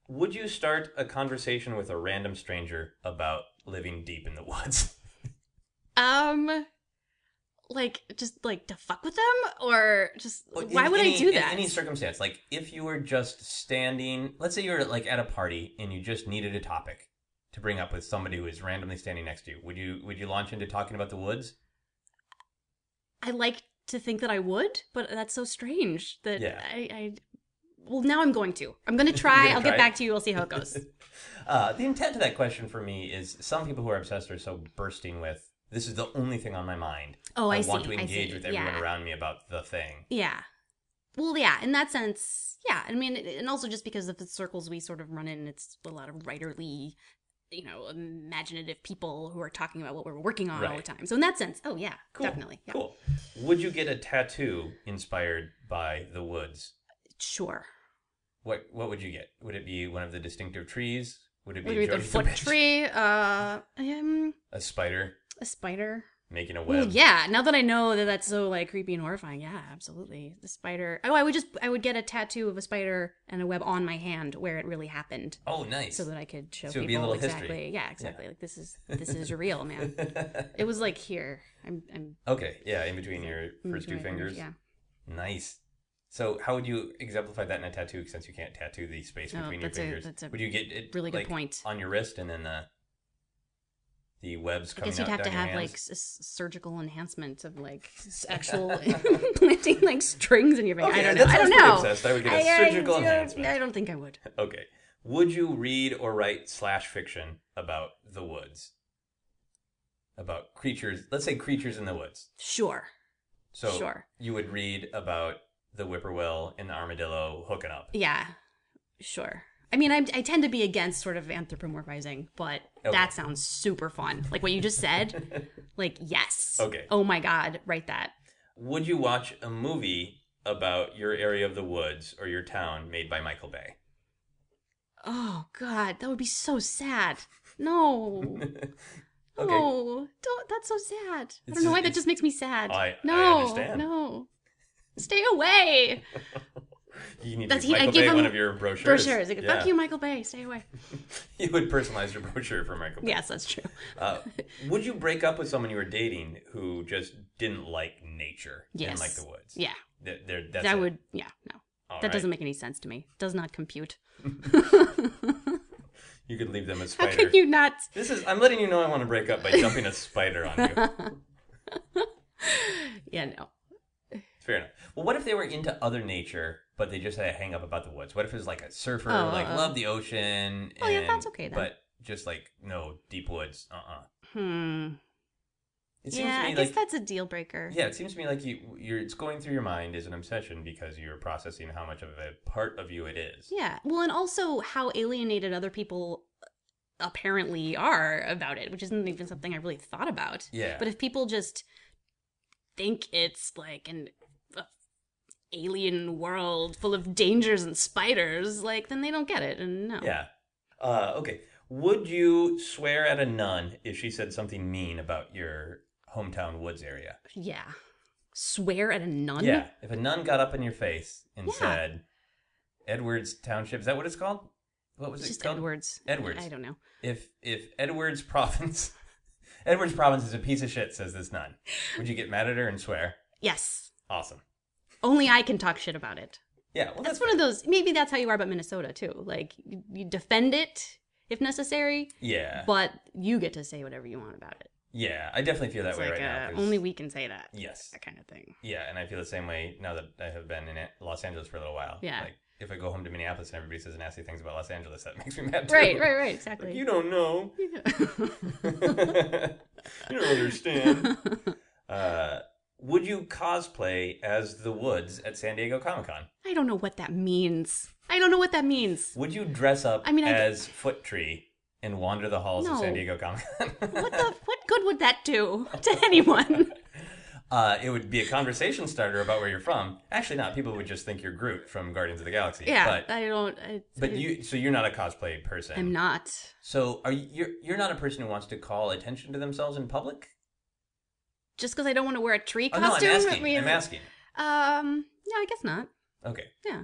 S3: Would you start a conversation with a random stranger about living deep in the woods?
S1: Um, like just like to fuck with them, or just
S3: Well, in
S1: why would
S3: any-
S1: I do
S3: in
S1: that?
S3: any circumstance, like if you were just standing, let's say you were like at a party and you just needed a topic to bring up with somebody who is randomly standing next to you, would you would you launch into talking about the woods?
S1: I like to think that I would, but that's so strange that
S3: Yeah.
S1: I, I. Well, now I'm going to. I'm going to try.
S3: gonna
S1: I'll
S3: try?
S1: get back to you. We'll see how it goes.
S3: Uh, the intent of that question for me is some people who are obsessed are so bursting with this is the only thing on my mind.
S1: Oh, I
S3: want
S1: see,
S3: to
S1: I
S3: engage
S1: see,
S3: with everyone
S1: yeah.
S3: around me about the thing.
S1: yeah. Well, yeah. In that sense, yeah. I mean, and also just because of the circles we sort of run in, it's a lot of writerly, you know, imaginative people who are talking about what we're working on all the
S3: Right.
S1: time. So in that sense, oh yeah,
S3: Cool.
S1: definitely. Yeah.
S3: Cool. Would you get a tattoo inspired by the woods?
S1: Sure.
S3: What What would you get? Would it be one of the distinctive trees? Would it be,
S1: Would it be the
S3: Jonas
S1: foot
S3: Bitch?
S1: tree? Uh, um,
S3: A spider
S1: a spider.
S3: making a
S1: Well,
S3: web?
S1: yeah. Now that I know that that's so like creepy and horrifying, yeah, absolutely. The spider. Oh, I would just I would get a tattoo of a spider and a web on my hand where it really happened,
S3: Oh, nice.
S1: so that I could show
S3: So
S1: people
S3: it'd be a little history.
S1: exactly. Yeah, exactly. Like this is this is real, man. it was like here. I'm I'm
S3: okay. Yeah, in between your
S1: I'm
S3: first two
S1: doing it.
S3: fingers.
S1: Yeah.
S3: Nice. So, how would you exemplify that in a tattoo? Since you can't tattoo the space
S1: No,
S3: between your
S1: Oh, that's a-
S3: fingers,
S1: that's a
S3: would you get it
S1: really good
S3: like,
S1: point.
S3: on your wrist and then the the webs
S1: I
S3: coming
S1: guess you'd
S3: out
S1: have to
S3: down your
S1: have like
S3: hands?
S1: s- s- surgical enhancement of like s- actual planting like strings in your finger.
S3: Okay,
S1: I don't know.
S3: that
S1: I don't
S3: sounds pretty
S1: know.
S3: obsessed. I would get a
S1: I- I
S3: surgical
S1: don't-
S3: enhancement.
S1: I don't think I would.
S3: Okay. Would you read or write slash fiction about the woods? About creatures, let's say creatures in the woods.
S1: Sure.
S3: So
S1: Sure.
S3: you would read about the whippoorwill and the armadillo hooking up.
S1: Yeah, sure. I mean, I'm, I tend to be against sort of anthropomorphizing, but
S3: Okay.
S1: that sounds super fun. Like what you just said, like, yes.
S3: Okay.
S1: Oh my God, write that.
S3: Would you watch a movie about your area of the woods or your town made by Michael Bay?
S1: Oh God, that would be so sad. No.
S3: Okay.
S1: No. Don't, that's so sad. I
S3: It's-
S1: don't know why that
S3: it's-
S1: just makes me sad.
S3: I- I
S1: no,
S3: understand.
S1: no. Stay away.
S3: You need
S1: That's-
S3: to give
S1: I
S3: Michael
S1: give
S3: Bay
S1: him
S3: one of your brochures.
S1: Brochures. Like,
S3: Yeah.
S1: Fuck you, Michael Bay. Stay away.
S3: You would personalize your brochure for Michael Bay.
S1: Yes, that's true.
S3: Uh, would you break up with someone you were dating who just didn't like nature and
S1: Yes.
S3: like the woods?
S1: Yeah.
S3: That, there- that's
S1: that
S3: it.
S1: would, yeah, no.
S3: All
S1: that
S3: right.
S1: doesn't make any sense to me. Does not compute.
S3: You could leave them a
S1: How
S3: spider.
S1: could you not?
S3: This is. I'm letting you know I want to break up by dumping a spider on you.
S1: Yeah, no.
S3: Fair enough. Well, what if they were into other nature, but they just had a hang up about the woods? What if it was like a surfer,
S1: Oh,
S3: like
S1: oh, oh.
S3: love the ocean?
S1: Oh, yeah,
S3: and-
S1: that's okay then.
S3: But just like no deep woods. Uh uh
S1: Hmm.
S3: It seems
S1: Yeah,
S3: to
S1: I
S3: me
S1: guess
S3: like
S1: that's a deal breaker.
S3: yeah, it seems to me like you you're it's going through your mind as an obsession because you're processing how much of a part of you it is.
S1: Yeah. Well, and also how alienated other people uh, apparently are about it, which isn't even something I really thought about.
S3: Yeah.
S1: But if people just think it's like an a alien world full of dangers and spiders, like then they don't get it. And no.
S3: Yeah. Uh, okay. Would you swear at a nun if she said something mean about your hometown woods area?
S1: Yeah. Swear at a nun?
S3: Yeah. If a nun got up in your face and
S1: Yeah.
S3: said, Edwards Township, is that what it's called? What was
S1: It's
S3: it
S1: just
S3: called?
S1: Edwards.
S3: Edwards.
S1: I don't know.
S3: If, if Edwards Province, Edwards Province is a piece of shit, says this nun, would you get mad at her and swear?
S1: Yes.
S3: Awesome.
S1: Only I can talk shit about it.
S3: Yeah. Well,
S1: That's
S3: that's,
S1: one of those. Maybe that's how you are about Minnesota too. Like you you defend it if necessary,
S3: yeah.
S1: but you get to say whatever you want about it.
S3: yeah. I definitely feel that
S1: It's
S3: way
S1: like
S3: right now.
S1: uh,
S3: 'cause-
S1: only we can say that.
S3: Yes.
S1: That kind of thing.
S3: Yeah, and I feel the same way now that I have been in it- Los Angeles for a little while.
S1: Yeah.
S3: Like, if I go home to Minneapolis and everybody says nasty things about Los Angeles, that makes me mad too.
S1: Right, right, right.
S3: Like,
S1: Exactly.
S3: you don't know. you don't understand. Uh, Would you cosplay as the Woods at San Diego Comic Con?
S1: I don't know what that means. I don't know what that means.
S3: Would you dress up
S1: I mean, I-
S3: as Foot Tree and wander the halls of
S1: No.
S3: San Diego Comic Con?
S1: What the? What good would that do to anyone?
S3: Uh, it would be a conversation starter about where you're from. Actually, not. People would just think you're Groot from Guardians of the Galaxy.
S1: Yeah,
S3: But,
S1: I don't. I,
S3: but you, so you're not a cosplay person.
S1: I'm not.
S3: So are you? You're, you're not a person who wants to call attention to themselves in public.
S1: Just because I don't want to wear a tree
S3: Oh,
S1: costume.
S3: no, I'm
S1: I
S3: asking.
S1: mean,
S3: I'm asking.
S1: Um. Yeah, I guess not.
S3: Okay.
S1: Yeah.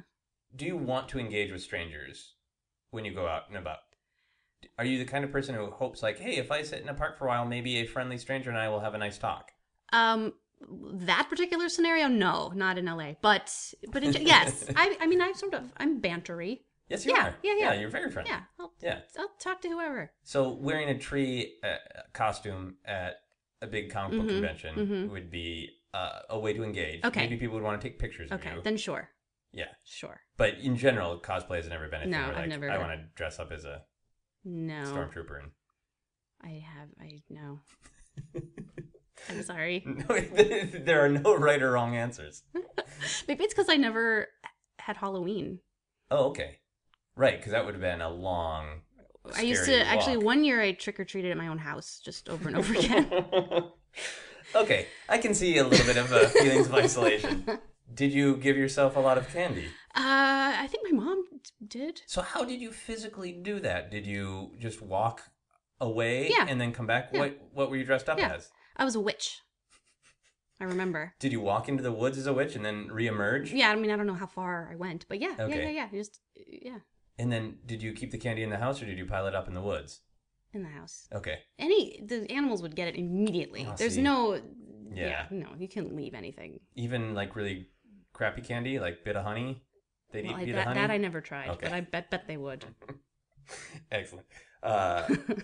S3: Do you want to engage with strangers when you go out and about? Are you the kind of person who hopes, like, hey, if I sit in a park for a while, maybe a friendly stranger and I will have a nice talk?
S1: Um. That particular scenario, no, not in LA. But but in, yes, I I mean I'm sort of I'm bantery.
S3: Yes, you
S1: Yeah,
S3: are.
S1: yeah, yeah.
S3: You're very friendly.
S1: Yeah. I'll,
S3: Yeah.
S1: I'll talk to whoever.
S3: So wearing a tree uh, costume at a big comic book
S1: Mhm,
S3: convention
S1: mhm.
S3: would be uh, a way to engage.
S1: Okay.
S3: Maybe people would want to take pictures
S1: Okay.
S3: of you.
S1: Then sure.
S3: yeah.
S1: Sure.
S3: But in general, cosplay has never been a thing
S1: No,
S3: where,
S1: I've
S3: like,
S1: never-
S3: I want to dress up as a
S1: No.
S3: stormtrooper. And...
S1: I have. I no. I'm sorry.
S3: No, there are no right or wrong answers.
S1: Maybe it's because I never had Halloween.
S3: Oh, okay. Right, because that would have been a long.
S1: I used to
S3: scary
S1: actually
S3: walk.
S1: one year I trick or treated at my own house just over and over again.
S3: okay, I can see a little bit of uh, feelings of isolation. Did you give yourself a lot of candy?
S1: Uh, I think my mom d- did.
S3: So how did you physically do that? Did you just walk away
S1: Yeah.
S3: and then come back?
S1: Yeah.
S3: What what were you dressed up
S1: Yeah.
S3: as?
S1: I was a witch. I remember.
S3: Did you walk into the woods as a witch and then reemerge?
S1: Yeah, I mean, I don't know how far I went, but yeah, yeah,
S3: Okay.
S1: yeah, yeah. You Just yeah,
S3: And then did you keep the candy in the house or did you pile it up in the woods?
S1: in the house.
S3: Okay.
S1: Any the animals would get it immediately.
S3: Oh,
S1: There's
S3: see.
S1: no.
S3: Yeah.
S1: yeah. No, you can leave anything.
S3: Even like really crappy candy, like bit of honey? They'd
S1: Well,
S3: eat
S1: I,
S3: bit
S1: that,
S3: of honey?
S1: that I never tried,
S3: Okay.
S1: but I bet bet they would.
S3: Excellent. Uh,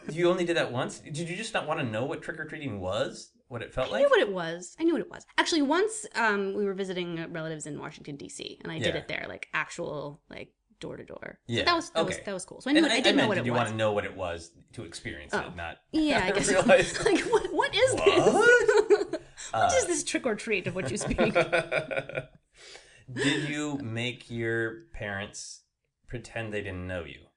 S3: you only did that once? Did you just not want to know what trick-or-treating was? What it felt
S1: I
S3: like?
S1: knew what it was. I knew what it was. Actually, once um, we were visiting relatives in Washington D.C. and I did
S3: Yeah.
S1: it there, like actual, like door to door. So
S3: Yeah.
S1: that was that was
S3: Okay.
S1: that was cool. So I knew
S3: And
S1: what, I, didn't know
S3: meant,
S1: what
S3: did
S1: it
S3: you
S1: was.
S3: want to know what it was to experience
S1: Oh.
S3: it, not
S1: Yeah, I guess.
S3: realize.
S1: like what what is this?
S3: What? Uh.
S1: what is this trick or treat of what you speak?
S3: Did you make your parents pretend they didn't know you?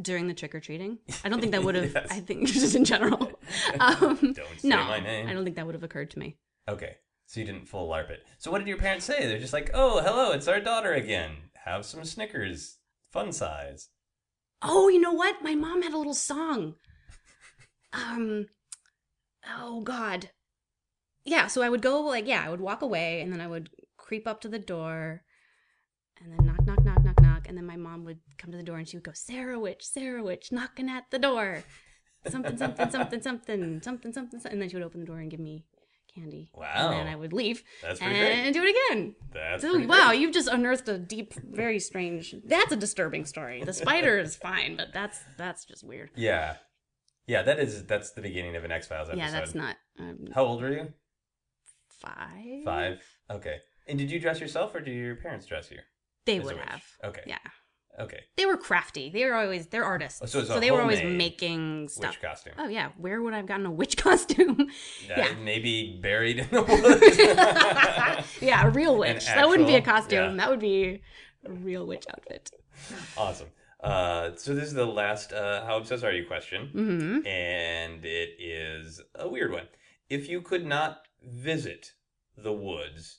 S1: During the trick or treating, I don't think that would have.
S3: Yes.
S1: I think just in general. Um,
S3: Don't say
S1: no,
S3: my name.
S1: I don't think that would have occurred to me.
S3: Okay, so you didn't full LARP it. So what did your parents say? They're just like, "Oh, hello, it's our daughter again. Have some Snickers, fun size."
S1: Oh, you know what? My mom had a little song. Um, oh God, yeah. So I would go like, yeah, I would walk away, and then I would creep up to the door, and then knock, knock, knock, knock, knock, and then my mom would come to the door, and she would go, Sarah Witch, Sarah Witch, knocking at the door, something, something, something, something, something, something, something, and then she would open the door and give me candy.
S3: Wow.
S1: And then I would leave
S3: That's pretty
S1: and do it again.
S3: great. That's
S1: So,
S3: pretty
S1: Eh, wow,
S3: great.
S1: you've just unearthed a deep, very strange. That's a disturbing story. The spider is fine, but that's that's just weird.
S3: Yeah, yeah. That is that's the beginning of an X Files episode.
S1: Yeah, that's not um,
S3: How old were you?
S1: five.
S3: Five. Okay. And did you dress yourself, or did your parents dress you?
S1: They
S3: As a
S1: would
S3: witch.
S1: have.
S3: Okay.
S1: Yeah,
S3: Okay.
S1: they were crafty. They were always they're artists,
S3: Oh, so it's a
S1: they were always
S3: homemade
S1: making stuff.
S3: Witch costume.
S1: Oh yeah, where would I have gotten a witch costume?
S3: Uh,
S1: yeah.
S3: Maybe buried in the woods.
S1: yeah, a real witch. that wouldn't be a
S3: actual-
S1: costume.
S3: yeah.
S1: That would be a real witch outfit.
S3: awesome. Uh, so this is the last uh, "How obsessed are you?" question,
S1: Mm-hmm.
S3: and it is a weird one. If you could not visit the woods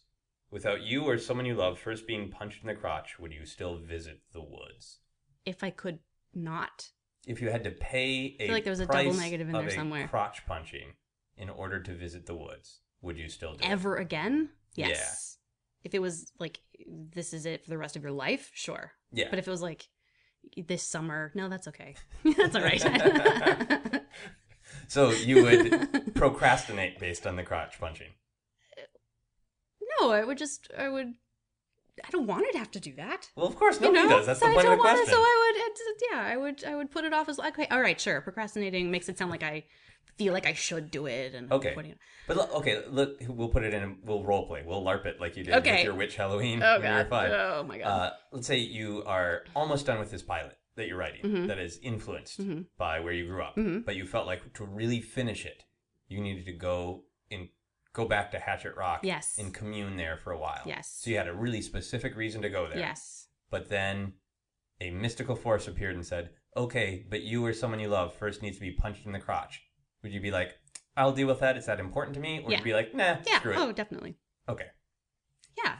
S3: without you or someone you love first being punched in the crotch, would you still visit the woods?
S1: If I could not,
S3: If you had to pay a
S1: feel like there was a double
S3: price
S1: negative in
S3: of
S1: there
S3: a
S1: somewhere.
S3: crotch punching in order to visit the woods, would you still do it?
S1: ever again,
S3: Yeah.
S1: yes. If it was like this is it for the rest of your life, sure.
S3: Yeah.
S1: But if it was like this summer, no, that's okay. that's all right.
S3: So you would procrastinate based on the crotch punching.
S1: no, I would just I would I don't want to have to do that.
S3: Well, of course, nobody
S1: you know?
S3: does. That's
S1: so
S3: the point
S1: I don't
S3: of the
S1: wanna-
S3: question.
S1: so I would it's, it's- yeah, I would I would put it off as like okay, all right, sure. Procrastinating makes it sound like I feel like I should do it and
S3: Okay.
S1: what do you-
S3: But look, okay, look, we'll put it in. We'll role play. We'll LARP it like you did with
S1: Okay.
S3: your witch Halloween
S1: Oh
S3: when you were
S1: god.
S3: five.
S1: Oh my god.
S3: Uh, let's say you are almost done with this pilot that you're writing
S1: Mm-hmm.
S3: that is influenced by where you grew up, but you felt like to really finish it, you needed to go and go back to Hatchet Rock
S1: Yes.
S3: and commune there for a while.
S1: Yes.
S3: So you had a really specific reason to go there.
S1: Yes.
S3: But then a mystical force appeared and said, okay, but you or someone you love first needs to be punched in the crotch. Would you be like, I'll deal with that. It's that important to me? Or
S1: Yeah.
S3: you'd be like, nah,
S1: Yeah.
S3: screw it.
S1: Oh, definitely.
S3: Okay.
S1: Yeah.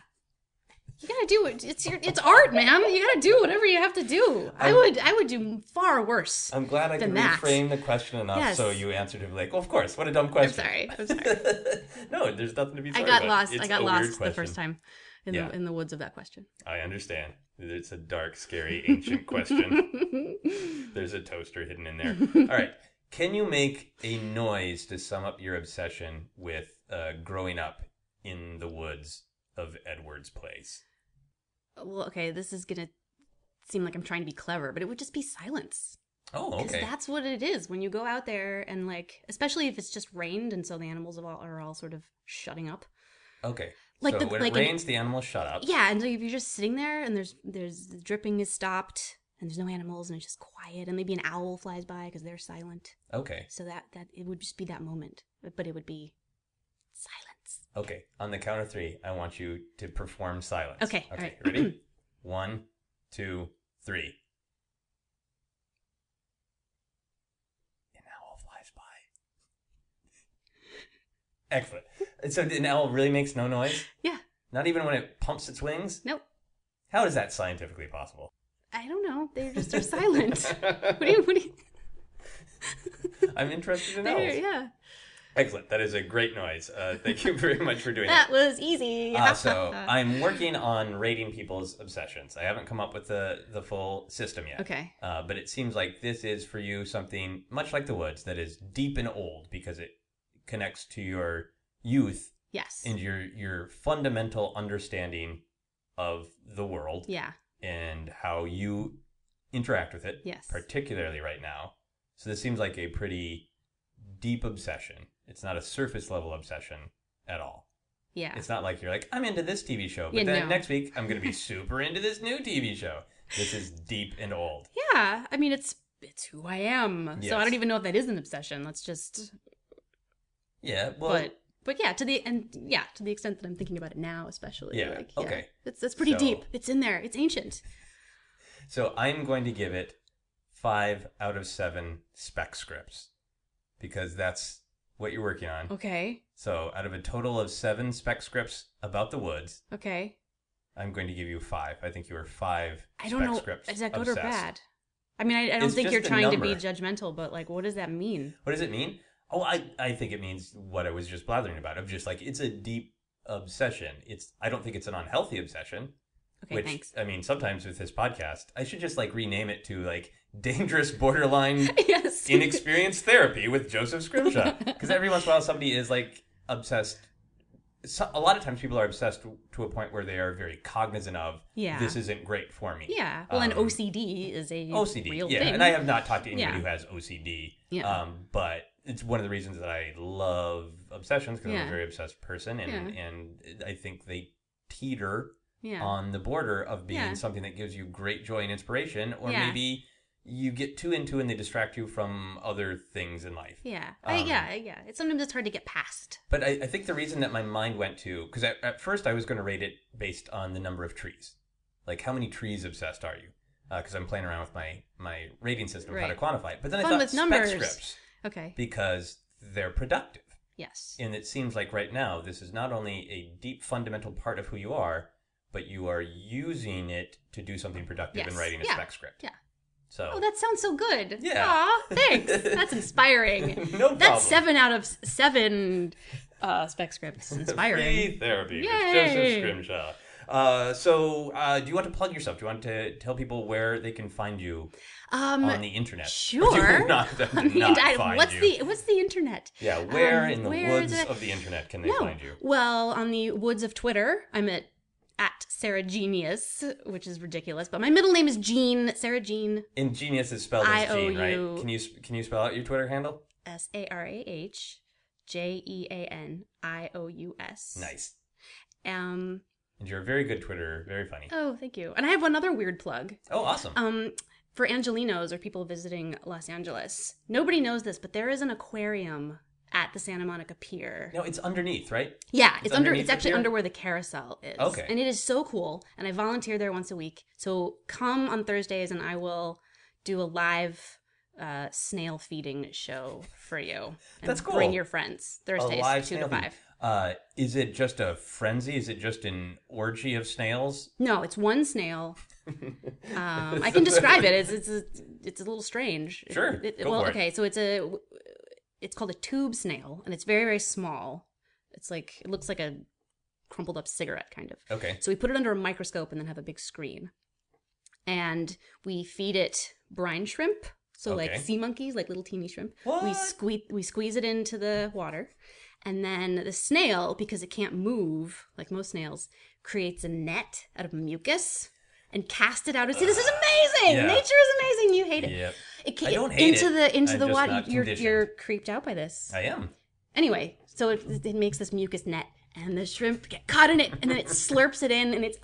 S1: You gotta do it. It's your. It's art, man. You gotta do whatever you have to do. I
S3: I'm-
S1: would. I would do far worse.
S3: I'm glad I
S1: Then
S3: could
S1: that.
S3: reframe the question enough
S1: Yes.
S3: so you answered it like, well, of course, what a dumb
S1: I'm
S3: question.
S1: sorry. I'm sorry.
S3: no, there's nothing to be
S1: I
S3: sorry
S1: got
S3: about.
S1: lost.
S3: It's
S1: I got
S3: a weird
S1: lost the
S3: question.
S1: first time in
S3: Yeah.
S1: the in the woods of that question.
S3: I understand. It's a dark, scary, ancient question. There's a toaster hidden in there. All right. Can you make a noise to sum up your obsession with uh, growing up in the woods of Edward's place?
S1: Well, okay. This is gonna seem like I'm trying to be clever, but it would just be silence.
S3: Oh,
S1: Because
S3: okay.
S1: that's what it is when you go out there and like, especially if it's just rained, and so the animals are all, are all sort of shutting up.
S3: okay.
S1: Like
S3: so
S1: the-
S3: when
S1: like
S3: it
S1: an-
S3: rains, the animals shut up.
S1: Yeah, and so if you're just sitting there and there's there's the dripping is stopped and there's no animals and it's just quiet and maybe an owl flies by because they're silent.
S3: Okay.
S1: So that that it would just be that moment, but it would be silence.
S3: Okay. On the count of three, I want you to perform silence.
S1: Okay,
S3: Okay.
S1: all right.
S3: Ready? One, two, three. An owl flies by. Excellent. So an owl really makes no noise?
S1: Yeah.
S3: Not even when it pumps its wings?
S1: Nope.
S3: How is that scientifically possible?
S1: I don't know. They're just they're silent. What do you? What do you?
S3: I'm interested in
S1: They're,
S3: owls.
S1: yeah.
S3: Excellent. That is a great noise. Uh, thank you very much for doing that.
S1: That was easy.
S3: Uh, so I'm working on rating people's obsessions. I haven't come up with the the full system yet.
S1: Okay.
S3: Uh, but it seems like this is for you something much like the woods that is deep and old because it connects to your youth
S1: yes.
S3: and your your fundamental understanding of the world
S1: yeah.
S3: and how you interact with it.
S1: Yes.
S3: Particularly right now. So this seems like a pretty deep obsession. It's not a surface level obsession at all.
S1: Yeah.
S3: It's not like you're like, I'm into this TV show, but
S1: Yeah,
S3: then
S1: no.
S3: next week I'm going to be super into this new TV show. This is deep and old.
S1: Yeah. I mean, it's it's who I am. So I
S3: Yes.
S1: don't even know if that is an obsession. That's just
S3: Yeah, well,
S1: but but yeah, to the and yeah, to the extent that I'm thinking about it now, especially.
S3: Yeah,
S1: Like,
S3: okay.
S1: It's that's pretty
S3: So-
S1: deep. It's in there. It's ancient.
S3: so I'm going to give it five out of seven spec scripts because that's what you're working on.
S1: Okay.
S3: So out of a total of seven spec scripts about the woods,
S1: Okay.
S3: I'm going to give you five. I think you were five
S1: I don't
S3: spec
S1: know.
S3: scripts.
S1: Is that good or
S3: obsessed.
S1: bad? I mean, I, I don't
S3: It's
S1: think
S3: just
S1: you're
S3: the
S1: trying to be
S3: number.
S1: judgmental, but like, what does that mean?
S3: What does it mean? Oh, I, I think it means what I was just blathering about of just like it's a deep obsession. It's I don't think it's an unhealthy obsession.
S1: Okay,
S3: which
S1: thanks.
S3: I mean, sometimes with this podcast, I should just like rename it to like dangerous borderline
S1: yes.
S3: inexperienced therapy with Joseph Scrimshaw because every once in a while somebody is like obsessed. So, a lot of times people are obsessed to a point where they are very cognizant of
S1: Yeah.
S3: this isn't great for me.
S1: yeah. Well, an
S3: Um,
S1: OCD is a
S3: OCD.
S1: real
S3: yeah,
S1: thing.
S3: and I have not talked to anybody
S1: Yeah.
S3: who has OCD.
S1: Yeah.
S3: Um, but it's one of the reasons that I love obsessions because I'm
S1: Yeah.
S3: a very obsessed person, and and I think they teeter
S1: yeah.
S3: on the border of being
S1: Yeah.
S3: something that gives you great joy and inspiration, or
S1: Yeah.
S3: maybe you get too into and they distract you from other things in life.
S1: yeah. I,
S3: um,
S1: yeah. Yeah. It's sometimes it's hard to get past.
S3: But I, I think the reason that my mind went to because at, at first I was going to rate it based on the number of trees, like how many trees obsessed are you? Because I'm playing around with my my rating system how to
S1: Right.
S3: quantify it. But then
S1: Fun
S3: I thought
S1: with
S3: spec
S1: numbers.
S3: scripts
S1: Okay.
S3: because they're productive,
S1: yes.
S3: and it seems like right now this is not only a deep fundamental part of who you are, but you are using it to do something productive in
S1: Yes.
S3: writing a
S1: Yeah.
S3: spec script.
S1: Yeah.
S3: So
S1: Oh, that sounds so good.
S3: Yeah.
S1: Aw, thanks. That's inspiring.
S3: No problem.
S1: That's seven out of s- seven uh, spec scripts. Inspiring.
S3: Free therapy with
S1: Yay.
S3: Joseph Scrimshaw. Uh, so, uh, do you want to plug yourself? Do you want to tell people where they can find you
S1: um,
S3: on the internet?
S1: sure.
S3: Do not, do
S1: I mean,
S3: not
S1: I-
S3: find
S1: what's
S3: you.
S1: the what's the internet?
S3: yeah? Where
S1: um,
S3: in the
S1: where
S3: woods
S1: the-
S3: of the internet can they
S1: No.
S3: find you?
S1: Well, on the woods of Twitter, I'm at at Sarah Genius, which is ridiculous, but my middle name is Jean. Sarah Jean.
S3: Ingenious is spelled as Gene, right?
S1: I-O-U.
S3: Can you s- can you spell out your Twitter handle?
S1: S A R A H J E A N I O U S.
S3: Nice.
S1: Um.
S3: And you're a very good Twitter, very funny.
S1: Oh, thank you. And I have one other weird plug.
S3: Oh, awesome.
S1: Um, for Angelinos or people visiting Los Angeles, nobody knows this, but there is an aquarium at the Santa Monica Pier.
S3: No, it's underneath, right?
S1: Yeah, it's, under.
S3: underneath
S1: It's
S3: the
S1: actually
S3: pier?
S1: under where the carousel is.
S3: Okay.
S1: And it is so cool. And I volunteer there once a week. So come on Thursdays, and I will do a live uh, snail feeding show for you. And
S3: That's
S1: Bring
S3: cool.
S1: your friends
S3: A
S1: Thursdays
S3: live
S1: two
S3: snail
S1: to
S3: feed.
S1: five.
S3: Uh, is it just a frenzy? Is it just an orgy of snails?
S1: No, it's one snail. Um, I can describe it. It's it's a, it's a little strange. It-
S3: Sure,
S1: It,
S3: go
S1: well,
S3: for it.
S1: okay. So it's a it's called a tube snail, and it's very very small. It's like it looks like a crumpled up cigarette kind of.
S3: Okay.
S1: So we put it under a microscope and then have a big screen, and we feed it brine shrimp. So like
S3: Okay.
S1: sea monkeys, like little teeny shrimp. We
S3: What?
S1: squeeze we squeeze it into the water, and then the snail, because it can't move like most snails, creates a net out of mucus and casts it out. It's, this is amazing.
S3: Yeah.
S1: Nature is amazing. You hate it.
S3: Yep.
S1: It ca-
S3: I don't hate
S1: into
S3: it.
S1: the into
S3: I'm
S1: the
S3: just
S1: water.
S3: not
S1: You're
S3: conditioned.
S1: you're creeped out by this.
S3: I am.
S1: Anyway, so it, it makes this mucus net, and the shrimp get caught in it, and then it slurps it in, and it's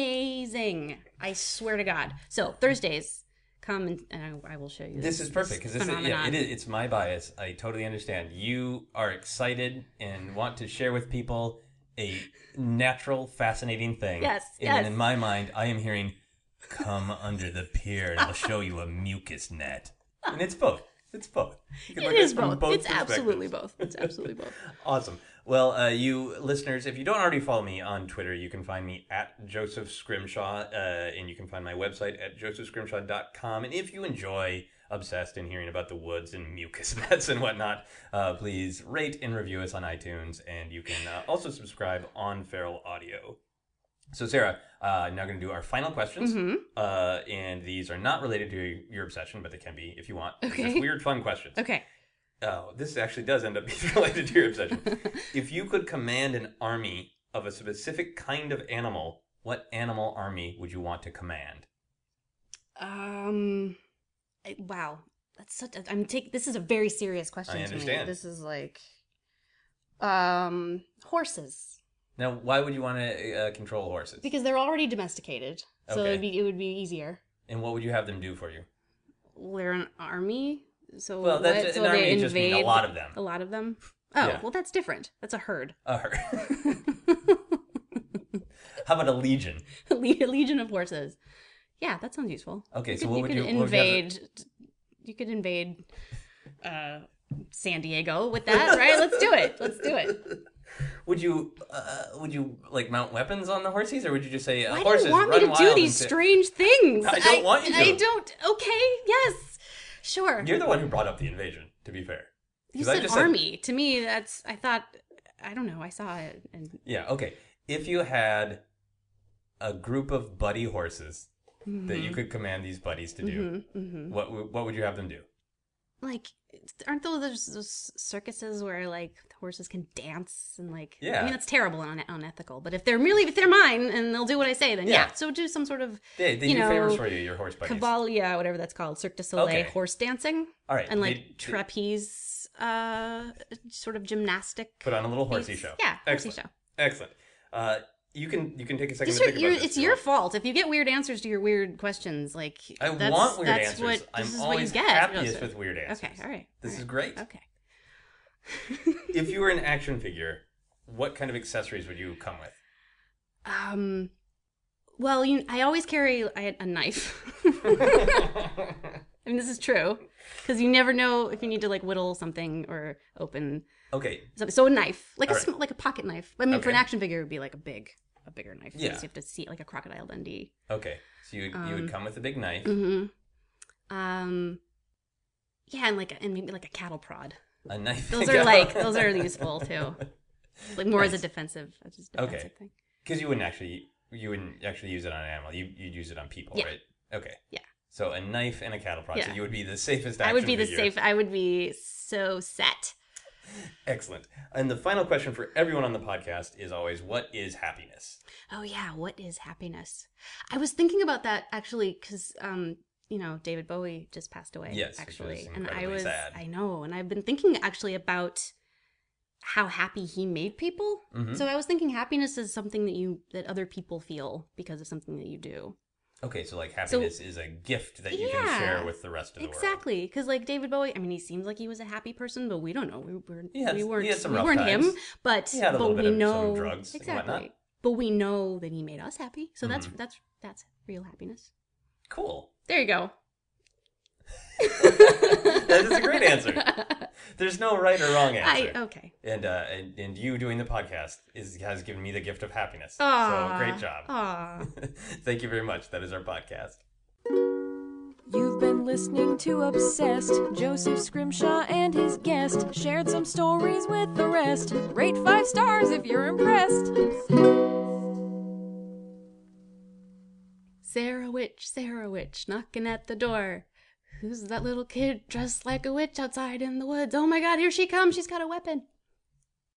S1: amazing. I swear to God. So Thursdays, come and, and I, I will show you.
S3: This is perfect because this is, yeah,
S1: phenomenon.
S3: it is, it's my bias. I totally understand. You are excited and want to share with people a natural, fascinating thing.
S1: Yes,
S3: And
S1: yes.
S3: in my mind, I am hearing, "Come under the pier, and I'll show you a mucus net." And it's both. It's both. You can
S1: It
S3: look at
S1: is
S3: from
S1: both. It's
S3: perspectives.
S1: absolutely both. It's absolutely both.
S3: Awesome. Well, uh, you listeners, if you don't already follow me on Twitter, you can find me at Joseph Scrimshaw, uh, and you can find my website at josephscrimshaw.com. And if you enjoy Obsessed and hearing about the woods and mucus nets and whatnot, uh, please rate and review us on iTunes, and you can uh, also subscribe on Feral Audio. So, Sarah, uh, I'm now going to do our final questions.
S1: Mm-hmm.
S3: Uh, and these are not related to your obsession, but they can be if you want. They're Just
S1: Okay.
S3: weird, fun questions.
S1: Okay.
S3: Oh, this actually does end up being related to your obsession. if you could command an army of a specific kind of animal, what animal army would you want to command?
S1: Um. I- wow. That's such. A, I'm take. This is a very serious question.
S3: I
S1: to me.
S3: understand.
S1: This is like, um, horses.
S3: Now, why would you want to uh, control horses?
S1: because they're already domesticated so
S3: Okay.
S1: it'd be, it would be easier
S3: and what would you have them do for you?
S1: they're an army so
S3: Well, that's-
S1: what?
S3: an
S1: so
S3: army
S1: they invade
S3: just mean a lot of them.
S1: a lot of them oh
S3: Yeah.
S1: well that's different that's a herd
S3: A herd. How about a legion?
S1: a le- a legion of horses yeah that sounds useful
S3: Okay,
S1: you
S3: so
S1: could,
S3: what
S1: you
S3: would
S1: could
S3: you- what would you have
S1: invade you could invade uh san diego with that right let's do it let's do it
S3: Would you uh, would you like mount weapons on the horses, or would you just say uh,
S1: why
S3: horses
S1: do you want me
S3: run
S1: to do
S3: wild
S1: these
S3: and say-
S1: strange things
S3: I don't want you to.
S1: i don't okay yes sure
S3: You're the one who brought up the invasion. To be fair,
S1: You
S3: 'Cause I
S1: said
S3: just
S1: army. To me, that's. I thought. I don't know. I saw it, and
S3: Yeah, okay. If you had a group of buddy horses that
S1: Mm-hmm.
S3: you could command these buddies to do, what w- what would you have them do?
S1: like, aren't those those, those circuses where like the horses can dance and like? I
S3: Yeah.
S1: mean, that's terrible and un- unethical. But if they're really, if they're mine and they'll do what I say, then yeah.
S3: Yeah.
S1: So do some sort of
S3: They, they
S1: You
S3: do
S1: know,
S3: favors for you, your horse buddies.
S1: cabalia, whatever that's called, Cirque du Soleil
S3: Okay.
S1: horse dancing.
S3: All right,
S1: And
S3: they-
S1: like
S3: they-
S1: trapeze, uh, sort of gymnastic.
S3: Put on a little horsey
S1: piece.
S3: show.
S1: Yeah,
S3: excellent.
S1: horsey show.
S3: Excellent. Uh, you can you can take a second
S1: These
S3: to
S1: are,
S3: think
S1: your,
S3: about this.
S1: it's your fault if you get weird answers to your weird questions. Like
S3: I
S1: that's,
S3: want weird
S1: that's
S3: answers.
S1: What, this
S3: I'm
S1: is
S3: always
S1: what you get.
S3: happiest
S1: Joseph.
S3: with weird answers.
S1: Okay, all right.
S3: This
S1: all
S3: is
S1: right.
S3: great.
S1: Okay.
S3: If you were an action figure, what kind of accessories would you come with?
S1: Um, well, you, I always carry a, a knife. I mean, this is true because you never know if you need to like whittle something or open
S3: Okay,
S1: something. So a knife, like a
S3: All right.
S1: sm- like a pocket knife. I mean, for an
S3: Okay.
S1: action figure, it would be like a big, a bigger knife. 'cause
S3: Yeah.
S1: you have to see it like a crocodile Dundee.
S3: okay. So you you
S1: Um,
S3: would come with a big knife.
S1: hmm Um, yeah, and like a, and maybe like a cattle prod.
S3: A knife.
S1: Those are like those are useful too. Like more as a defensive, as a
S3: Okay.
S1: defensive thing.
S3: Because you wouldn't actually you wouldn't actually use it on an animal. You you'd use it on people,
S1: Yeah.
S3: right? Okay.
S1: Yeah.
S3: So a knife and a cattle prod. So
S1: Yeah.
S3: you would be the safest.
S1: I would
S3: action
S1: be the
S3: figure.
S1: safe. I would be so set.
S3: Excellent. And the final question for everyone on the podcast is always, what is happiness?
S1: Oh yeah, what is happiness? I was thinking about that actually because um, you know David Bowie just passed away.
S3: Yes, which
S1: actually,
S3: is
S1: and I
S3: incredibly
S1: was
S3: sad.
S1: I know, and I've been thinking actually about how happy he made people.
S3: Hmm? Mm-hmm.
S1: So I was thinking happiness is something that you that other people feel because of something that you do.
S3: Okay, so like happiness is a gift that you
S1: Yeah.
S3: can share with the rest of the world.
S1: Exactly, because like David Bowie, I mean, he seems like he was a happy person, but we don't know. We were
S3: He had-
S1: we weren't
S3: he had some
S1: we
S3: rough
S1: weren't him,
S3: times.
S1: but
S3: He had a
S1: but
S3: little
S1: we
S3: bit of some
S1: know
S3: drugs and
S1: exactly.
S3: whatnot. Mm-hmm.
S1: but we know that he made us happy, so that's that's that's real happiness.
S3: Cool.
S1: There you go.
S3: That is a great answer. There's no right or wrong
S1: I
S3: answer.
S1: okay.
S3: And uh, and and you doing the podcast is has given me the gift of happiness.
S1: Aw,
S3: so great job.
S1: aw.
S3: Thank you very much. That is our podcast.
S2: You've been listening to Obsessed. Joseph Scrimshaw and his guest shared some stories with the rest. Rate five stars if you're impressed.
S1: Sarah Witch, Sarah Witch, knocking at the door. Who's that little kid dressed like a witch outside in the woods? Oh my god, here she comes. She's got a weapon.